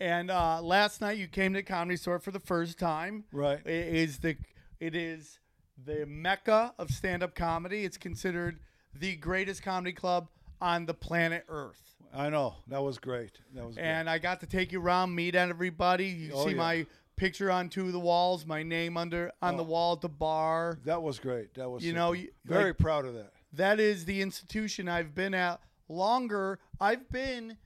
Speaker 1: And uh, last night you came to the comedy store for the first time.
Speaker 2: right.
Speaker 1: It is the it is the mecca of stand-up comedy. It's considered the greatest comedy club on the planet Earth.
Speaker 2: I know that was great. That was
Speaker 1: And I got to take you around, meet everybody. You
Speaker 2: Oh,
Speaker 1: see
Speaker 2: yeah.
Speaker 1: my picture on two of the walls, my name under on
Speaker 2: Oh.
Speaker 1: the wall at the bar.
Speaker 2: great. That was great. That was
Speaker 1: You
Speaker 2: super.
Speaker 1: know, you-
Speaker 2: very
Speaker 1: like-
Speaker 2: proud of that.
Speaker 1: That is the institution I've been at longer. I've been,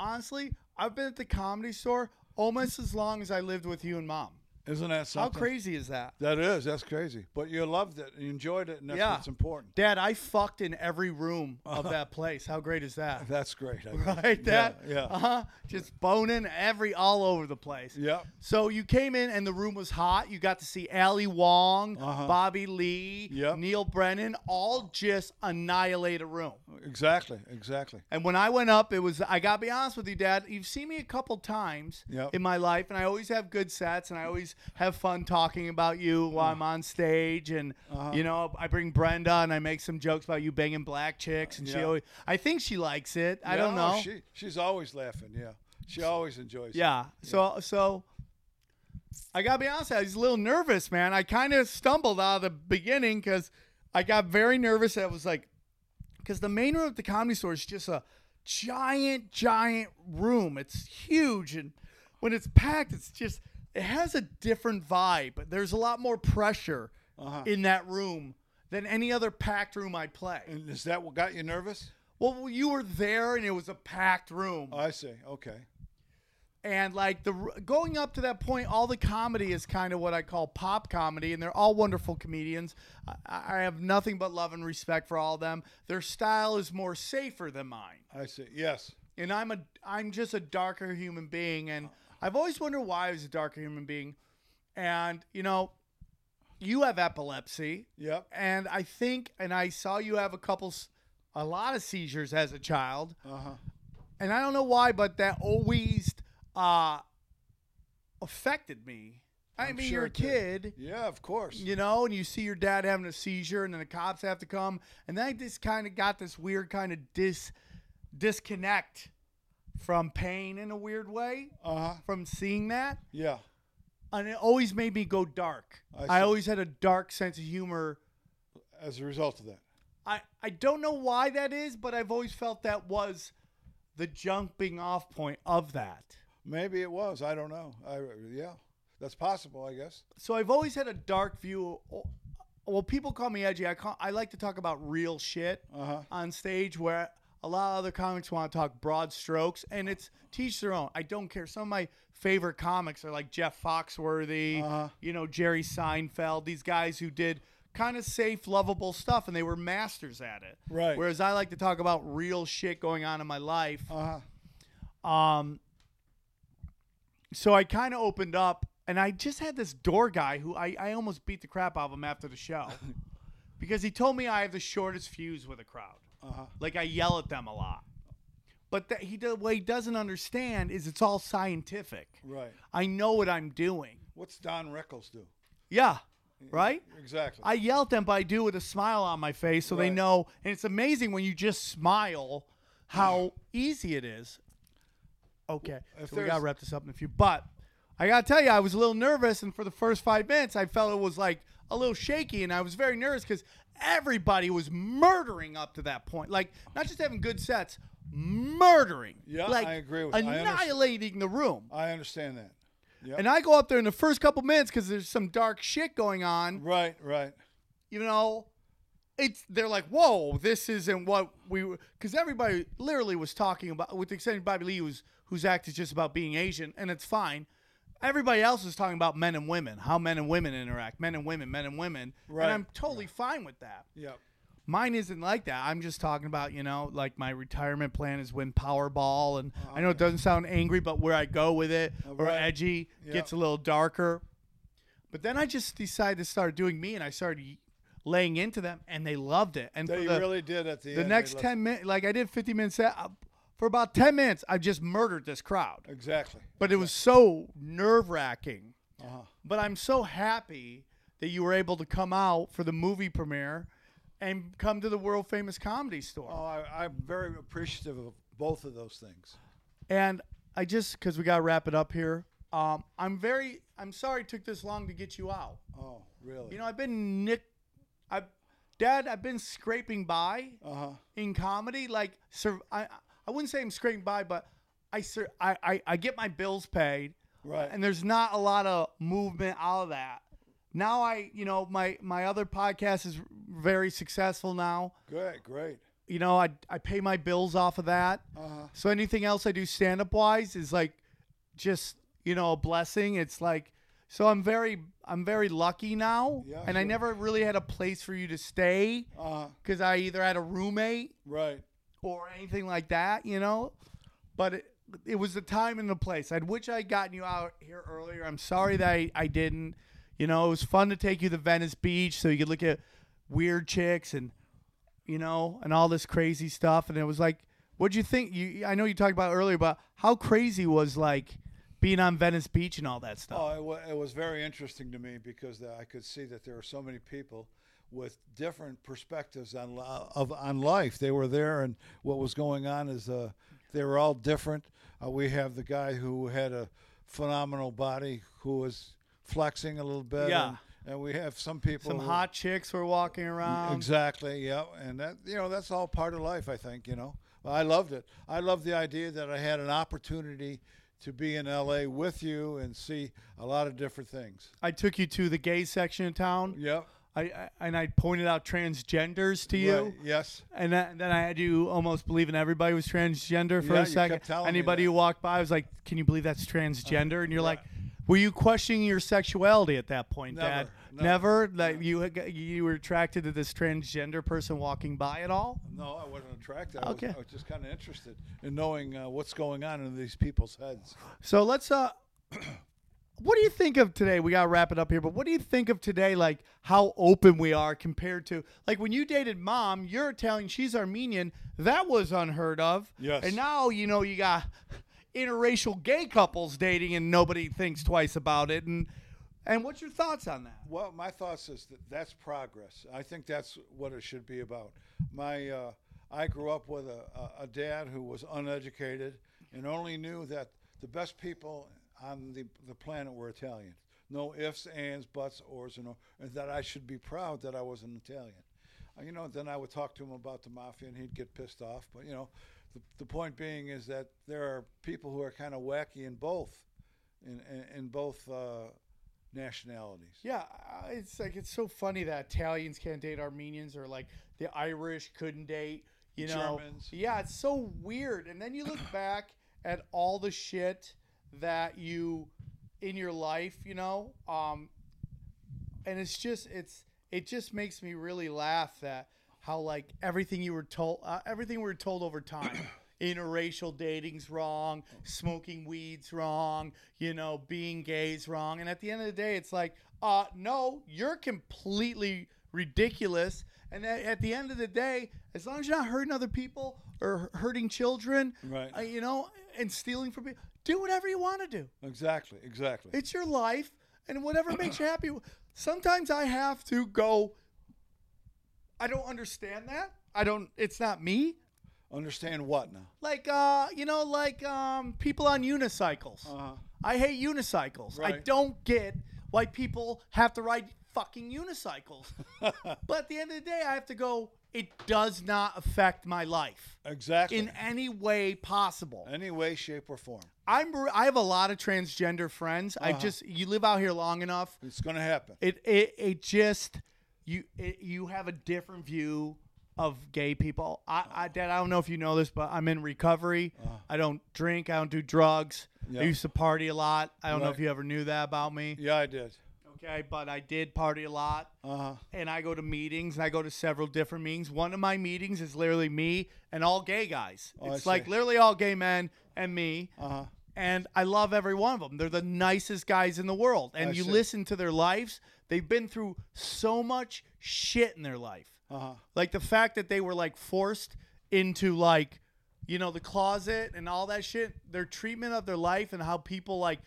Speaker 1: honestly, I've been at the comedy store almost as long as I lived with you and mom.
Speaker 2: Isn't that
Speaker 1: How
Speaker 2: something?
Speaker 1: crazy is that?
Speaker 2: That is. That's crazy. But you loved it. You enjoyed it, and that's
Speaker 1: Yeah.
Speaker 2: what's important.
Speaker 1: Dad, I fucked in every room of that place. How great is that?
Speaker 2: That's great. I guess.
Speaker 1: Right? That?
Speaker 2: yeah.
Speaker 1: Uh-huh. Just boning every, all over the place.
Speaker 2: Yeah.
Speaker 1: So you came in and the room was hot. You got to see Ali Wong,
Speaker 2: Uh-huh.
Speaker 1: Bobby Lee,
Speaker 2: Yep.
Speaker 1: Neil Brennan, all just annihilate a room.
Speaker 2: Exactly. Exactly.
Speaker 1: And when I went up, it was I gotta be honest with you, Dad. You've seen me a couple times
Speaker 2: Yep.
Speaker 1: in my life, and I always have good sets, and I always have fun talking about you while I'm on stage, and
Speaker 2: Uh-huh.
Speaker 1: you know I bring Brenda, and I make some jokes about you banging black chicks, and she
Speaker 2: Yeah.
Speaker 1: always I think she likes it. I don't
Speaker 2: Yeah,
Speaker 1: know.
Speaker 2: She she's always laughing. Yeah. She always enjoys. it.
Speaker 1: yeah. So so I gotta be honest. I was a little nervous, man. I kind of stumbled out of the beginning because I got very nervous. I was like, because the main room at the comedy store is just a giant, giant room. It's huge, and when it's packed, it's just it has a different vibe. But there's a lot more pressure
Speaker 2: Uh-huh.
Speaker 1: in that room than any other packed room I play.
Speaker 2: And is that what got you nervous? Oh,
Speaker 1: Well, you were there, and it was a packed room.
Speaker 2: I see. Okay.
Speaker 1: and like the going up to that point all the comedy is kind of what i call pop comedy and they're all wonderful comedians I, I have nothing but love and respect for all of them their style is more safer than mine
Speaker 2: I see. Yes.
Speaker 1: and i'm a i'm just a darker human being and i've always wondered why i was a darker human being and you know you have epilepsy
Speaker 2: Yep.
Speaker 1: and i think and i saw you have a couple s- a lot of seizures as a child
Speaker 2: Uh huh.
Speaker 1: and I don't know why, but that always uh, affected me. I
Speaker 2: I'm
Speaker 1: mean,
Speaker 2: sure
Speaker 1: you're a
Speaker 2: it did.
Speaker 1: kid,
Speaker 2: Yeah. Of course.
Speaker 1: you know, and you see your dad having a seizure, and then the cops have to come, and then I just kind of got this weird kind of dis disconnect from pain in a weird way
Speaker 2: Uh huh.
Speaker 1: from seeing that,
Speaker 2: Yeah.
Speaker 1: and it always made me go dark.
Speaker 2: I
Speaker 1: I
Speaker 2: see.
Speaker 1: always had a dark sense of humor.
Speaker 2: As a result of that.
Speaker 1: I, I don't know why that is, but I've always felt that was the jumping off point of that.
Speaker 2: Maybe it was. I don't know. I yeah. That's possible. I guess.
Speaker 1: so I've always had a dark view. Well, people call me edgy. I call, I like to talk about real shit
Speaker 2: Uh huh.
Speaker 1: on stage, where a lot of other comics want to talk broad strokes, and it's teach their own. I don't care. Some of my favorite comics are like Jeff Foxworthy,
Speaker 2: Uh-huh.
Speaker 1: you know, Jerry Seinfeld. These guys who did kind of safe, lovable stuff, and they were masters at it.
Speaker 2: Right.
Speaker 1: Whereas I like to talk about real shit going on in my life.
Speaker 2: Uh huh. Uh-huh.
Speaker 1: Um, so I kind of opened up, and I just had this door guy who I, I almost beat the crap out of him after the show because he told me I have the shortest fuse with a crowd.
Speaker 2: Uh huh.
Speaker 1: Like I yell at them a lot. But that he do- what he doesn't understand is it's all scientific.
Speaker 2: Right.
Speaker 1: I know what I'm doing.
Speaker 2: What's Don Rickles do?
Speaker 1: Yeah, right.
Speaker 2: Exactly.
Speaker 1: I yell at them, but I do it with a smile on my face, so they
Speaker 2: Right.
Speaker 1: know. And it's amazing when you just smile, how easy it is. Okay,
Speaker 2: If
Speaker 1: so we
Speaker 2: there's-
Speaker 1: gotta wrap this up in a few. But I gotta tell you, I was a little nervous, and for the first five minutes, I felt it was like a little shaky, and I was very nervous because everybody was murdering up to that point. Like not just having good sets, murdering.
Speaker 2: Yeah,
Speaker 1: like,
Speaker 2: I agree with you. I understand.
Speaker 1: annihilating the room.
Speaker 2: I understand that. Yep.
Speaker 1: And I go up there in the first couple minutes because there's some dark shit going on
Speaker 2: right, right.
Speaker 1: you know, it's they're like, whoa, this isn't what we were because everybody literally was talking about, with the exception of Bobby Lee, who's whose act is just about being Asian, and it's fine. Everybody else is talking about men and women, how men and women interact, men and women, men and women,
Speaker 2: Right.
Speaker 1: and I'm totally fine with that.
Speaker 2: Yep.
Speaker 1: Mine isn't like that. I'm just talking about, you know, like my retirement plan is win Powerball, and I know it doesn't sound angry, but where I go with it or
Speaker 2: Oh, right.
Speaker 1: edgy
Speaker 2: Yeah.
Speaker 1: gets a little darker. But then I just decided to start doing me, and I started y- laying into them, and they loved it. And for
Speaker 2: They
Speaker 1: the,
Speaker 2: really did at the,
Speaker 1: the
Speaker 2: end. they
Speaker 1: next
Speaker 2: left-
Speaker 1: ten minutes, like I did 50 minutes set, uh, for about 10 minutes, I just murdered this crowd.
Speaker 2: Exactly.
Speaker 1: But it was so nerve wracking.
Speaker 2: Uh-huh.
Speaker 1: But I'm so happy that you were able to come out for the movie premiere and come to the world famous comedy store.
Speaker 2: Oh, I, I'm very appreciative of both of those things.
Speaker 1: And I just because we got to wrap it up here. Um, I'm very I'm sorry it took this long to get you out.
Speaker 2: Oh, really?
Speaker 1: You know I've been nick, I, Dad I've been scraping by
Speaker 2: uh-huh.
Speaker 1: in comedy. Like sur- I I wouldn't say I'm scraping by, but I sur- I, I I get my bills paid,
Speaker 2: Right.
Speaker 1: and there's not a lot of movement out of that. Now I you know my my other podcast is very successful now.
Speaker 2: Good, great.
Speaker 1: You know I I pay my bills off of that.
Speaker 2: Uh-huh.
Speaker 1: So anything else I do stand up wise is like just you know a blessing. It's like so I'm very I'm very lucky now,
Speaker 2: Yeah,
Speaker 1: and I
Speaker 2: sure.
Speaker 1: never really had a place for you to stay
Speaker 2: Uh-huh.
Speaker 1: because I either had a roommate
Speaker 2: Right.
Speaker 1: or anything like that, you know. But it, it was the time and the place. I wish I would gotten you out here earlier. I'm sorry that I, I didn't. You know, it was fun to take you to Venice Beach so you could look at weird chicks and you know and all this crazy stuff. And it was like, what'd you think? You I know you talked about earlier about how crazy was like being on Venice Beach and all that stuff.
Speaker 2: Oh, it, wa it was very interesting to me because uh, I could see that there are so many people with different perspectives on li- of on life. They were there, and what was going on is uh, they were all different. Uh, we have the guy who had a phenomenal body who was flexing a little bit.
Speaker 1: Yeah.
Speaker 2: And, and we have some people
Speaker 1: Some
Speaker 2: who-
Speaker 1: hot chicks were walking
Speaker 2: Um,
Speaker 1: around.
Speaker 2: Exactly. Yeah, and that you know that's all part of life. I think you know. I loved it. I loved the idea that I had an opportunity to be in L.A. with you and see a lot of different things.
Speaker 1: I took you to the gay section of town.
Speaker 2: Yep.
Speaker 1: I, I and I pointed out transgenders to you.
Speaker 2: Right. Yes.
Speaker 1: And then, then I had you almost believing everybody was transgender for
Speaker 2: Yeah,
Speaker 1: a
Speaker 2: you
Speaker 1: second.
Speaker 2: kept telling me
Speaker 1: Anybody
Speaker 2: that.
Speaker 1: who walked by, I was like, "Can you believe that's transgender?" And you're like, "Were you questioning your sexuality at that point,
Speaker 2: Never,
Speaker 1: Dad?
Speaker 2: never,
Speaker 1: Never. Like you had- you were attracted to this transgender person walking by at all?
Speaker 2: No, I wasn't attracted. I,
Speaker 1: Okay.
Speaker 2: was, I was just kind of interested in knowing uh, what's going on in these people's heads.
Speaker 1: So let's uh." What do you think of today? We gotta wrap it up here, but what do you think of today? Like how open we are compared to like when you dated mom, you're Italian, she's Armenian. That was unheard of.
Speaker 2: Yes.
Speaker 1: And now you know you got interracial gay couples dating, and nobody thinks twice about it. And and what's your thoughts on that?
Speaker 2: Well, my thoughts is that that's progress. I think that's what it should be about. My, uh, I grew up with a, a, a dad who was uneducated and only knew that the best people on the, the planet were Italian. No ifs, ands, buts, ors, and, or- and that I should be proud that I was an Italian. Uh, You know, then I would talk to him about the mafia and he'd get pissed off. But, you know, the, the point being is that there are people who are kind of wacky in both, in, in, in both uh, nationalities.
Speaker 1: Yeah, uh, it's like it's so funny that Italians can't date Armenians or like the Irish couldn't date, you know.
Speaker 2: Germans.
Speaker 1: Yeah, it's so weird. And then you look back at all the shit that you in your life, you know, um and it's just it's it just makes me really laugh that how like everything you were told uh, everything we were told over time interracial dating's wrong smoking weed's wrong you know being gay's wrong and at the end of the day it's like uh no you're completely ridiculous and at, at the end of the day as long as you're not hurting other people or hurting children
Speaker 2: Right.
Speaker 1: uh, you know and stealing from people do whatever you want to do
Speaker 2: Exactly, exactly.
Speaker 1: it's your life, and whatever makes you happy. Sometimes I have to go. I don't understand that. I don't. It's not me.
Speaker 2: Understand what now?
Speaker 1: Like uh, you know, like um, people on unicycles. I hate unicycles. I
Speaker 2: Uh. Right.
Speaker 1: don't get why people have to ride fucking unicycles. but at the end of the day, I have to go. It does not affect my life
Speaker 2: Exactly.
Speaker 1: in any way possible.
Speaker 2: any way, shape, or form.
Speaker 1: I'm re- I have a lot of transgender friends. I just you live out here long enough.
Speaker 2: It's going to happen.
Speaker 1: It it it just you it, you have a different view of gay people. I, I Dad, I don't know if you know this, but I'm in recovery. I don't drink. I don't do drugs.
Speaker 2: Uh-huh. Yeah.
Speaker 1: I used to party a lot. I don't know if
Speaker 2: Right.
Speaker 1: you ever knew that about me.
Speaker 2: Yeah, I did.
Speaker 1: Okay, but I did party a lot.
Speaker 2: Uh huh.
Speaker 1: And I go to meetings, and I go to several different meetings. One of my meetings is literally me and all gay guys.
Speaker 2: Oh, I
Speaker 1: it's like
Speaker 2: see.
Speaker 1: literally all gay men and me
Speaker 2: Uh huh.
Speaker 1: and I love every one of them. They're the nicest guys in the world. And
Speaker 2: I
Speaker 1: you
Speaker 2: see.
Speaker 1: listen to their lives, they've been through so much shit in their life.
Speaker 2: Uh huh.
Speaker 1: Like the fact that they were like forced into like, you know, the closet and all that shit, their treatment of their life and how people like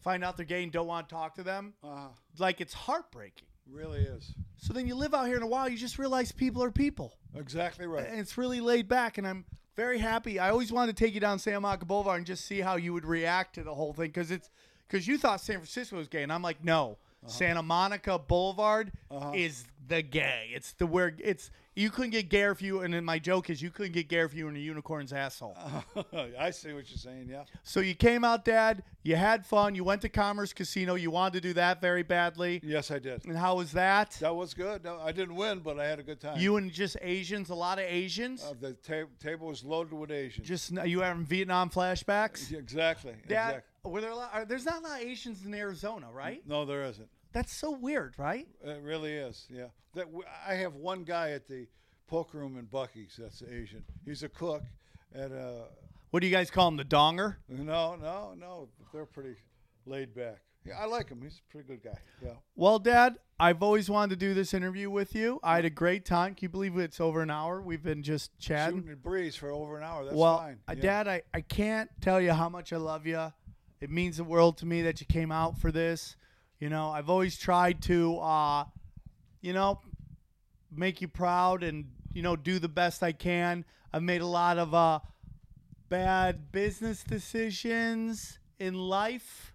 Speaker 1: find out they're gay and don't want to talk to them,
Speaker 2: Uh huh.
Speaker 1: like it's heartbreaking.
Speaker 2: Really is.
Speaker 1: So then you live out here in a while, you just realize people are people.
Speaker 2: Exactly right.
Speaker 1: And it's really laid back and I'm very happy. I always wanted to take you down San Marco Boulevard and just see how you would react to the whole thing because it's because you thought San Francisco was gay and I'm like no,
Speaker 2: Uh-huh.
Speaker 1: Santa Monica Boulevard is the gay. It's the where it's you couldn't get gayer if you and then my joke is you couldn't get gayer if you were in a unicorn's asshole.
Speaker 2: Uh-huh. I see what you're saying. Yeah.
Speaker 1: so you came out, Dad. You had fun. You went to Commerce Casino. You wanted to do that very badly.
Speaker 2: Yes, I did.
Speaker 1: And how was that?
Speaker 2: That was good. No, I didn't win, but I had a good time.
Speaker 1: You and just Asians, a lot of Asians.
Speaker 2: uh, the ta- table was loaded with Asians.
Speaker 1: just you having Vietnam flashbacks.
Speaker 2: Yeah, exactly.
Speaker 1: Dad,
Speaker 2: exactly.
Speaker 1: were there a lot, are, there's not a lot of Asians in Arizona, right?
Speaker 2: No, there isn't.
Speaker 1: That's so weird, right?
Speaker 2: It really is. Yeah. That w- I have one guy at the poker room in Bucky's. That's Asian. He's a cook at a.
Speaker 1: What do you guys call him, the donger?
Speaker 2: No, no, no. They're pretty laid back. Yeah, I like him. He's a pretty good guy. Yeah.
Speaker 1: Well, Dad, I've always wanted to do this interview with you. I had a great time. Can you believe it's over an hour? We've been just chatting.
Speaker 2: Shooting the breeze for over an hour. That's
Speaker 1: well,
Speaker 2: fine.
Speaker 1: uh,
Speaker 2: Yeah.
Speaker 1: Dad, I, I can't tell you how much I love you. It means the world to me that you came out for this. You know, I've always tried to, uh, you know, make you proud and, you know, do the best I can. I've made a lot of uh, bad business decisions in life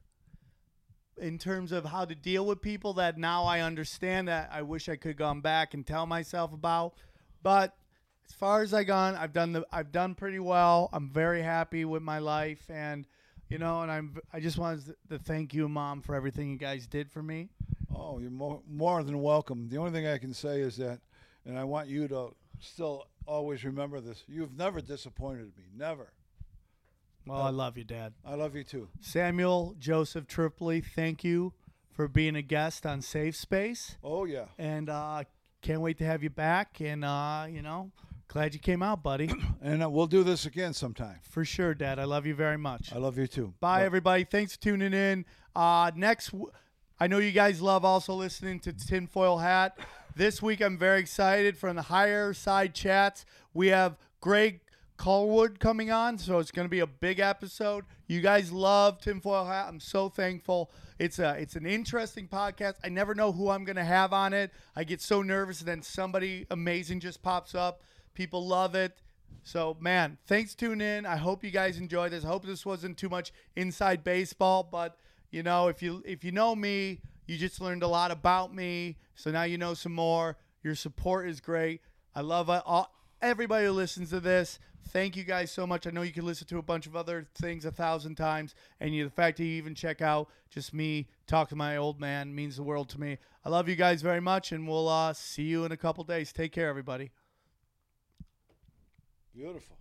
Speaker 1: in terms of how to deal with people that now I understand that I wish I could have gone back and tell myself about. But as far as I gone, I've done the I've done pretty well. I'm very happy with my life and you know, and I'm I just wanted to thank you, Mom, for everything you guys did for me.
Speaker 2: Oh, you're more, more than welcome. The only thing I can say is that, and I want you to still always remember this you've never disappointed me. Never.
Speaker 1: Well, I love you, Dad.
Speaker 2: I love you too.
Speaker 1: Samuel Joseph Tripoli, thank you for being a guest on Safe Space.
Speaker 2: Oh, yeah.
Speaker 1: And uh can't wait to have you back and uh, you know, glad you came out, buddy.
Speaker 2: And uh, we'll do this again sometime.
Speaker 1: for sure, Dad. I love you very much.
Speaker 2: I love you too.
Speaker 1: Bye, everybody. Thanks for tuning in. Uh, next, w- I know you guys love also listening to Tinfoil Hat. This week, I'm very excited from the higher side chats. We have Greg Colwood coming on, so it's going to be a big episode. You guys love Tinfoil Hat. I'm so thankful. It's a it's an interesting podcast. I never know who I'm going to have on it. I get so nervous, and then somebody amazing just pops up. People love it. So, man, thanks for tuning in. I hope you guys enjoyed this. I hope this wasn't too much inside baseball, but you know, if you if you know me, you just learned a lot about me. So now you know some more. Your support is great. I love uh, all, everybody who listens to this. Thank you guys so much. I know you can listen to a bunch of other things a thousand times, and you, the fact that you even check out just me talk to my old man means the world to me. I love you guys very much, and we'll uh, see you in a couple days. Take care, everybody.
Speaker 2: Beautiful.